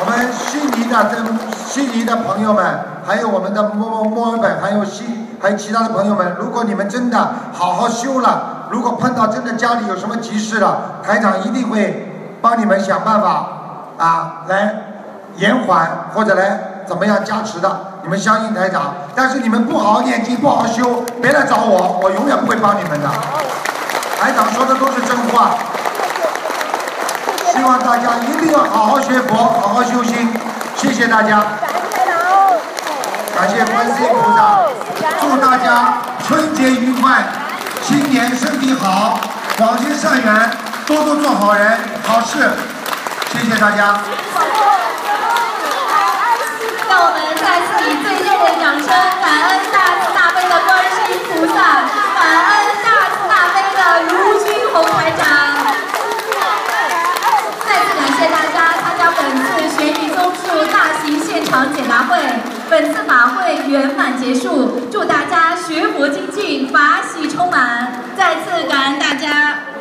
Speaker 2: 我们悉尼的跟悉尼的朋友们，还有我们的墨墨墨尔本，还有西，还有其他的朋友们，如果你们真的好好修了，如果碰到真的家里有什么急事了，台长一定会帮你们想办法啊，来延缓或者来。怎么样加持的？你们相信台长，但是你们不好好念经，不好好修，别来找我，我永远不会帮你们的。台长说的都是真话，希望大家一定要好好学佛，好好修心。谢谢大家，感谢观世音菩萨，祝大家春节愉快，新年身体好，广结善缘，多多做好人好事。谢谢大家。
Speaker 15: 让我们再次以最热烈的掌声，感恩大慈大悲的观世音菩萨，感恩大慈大悲的卢军红台长。再次感谢大家参加本次悬疑综述大型现场解答会，本次法会圆满结束，祝大家学佛精进，法喜充满。再次感恩大家。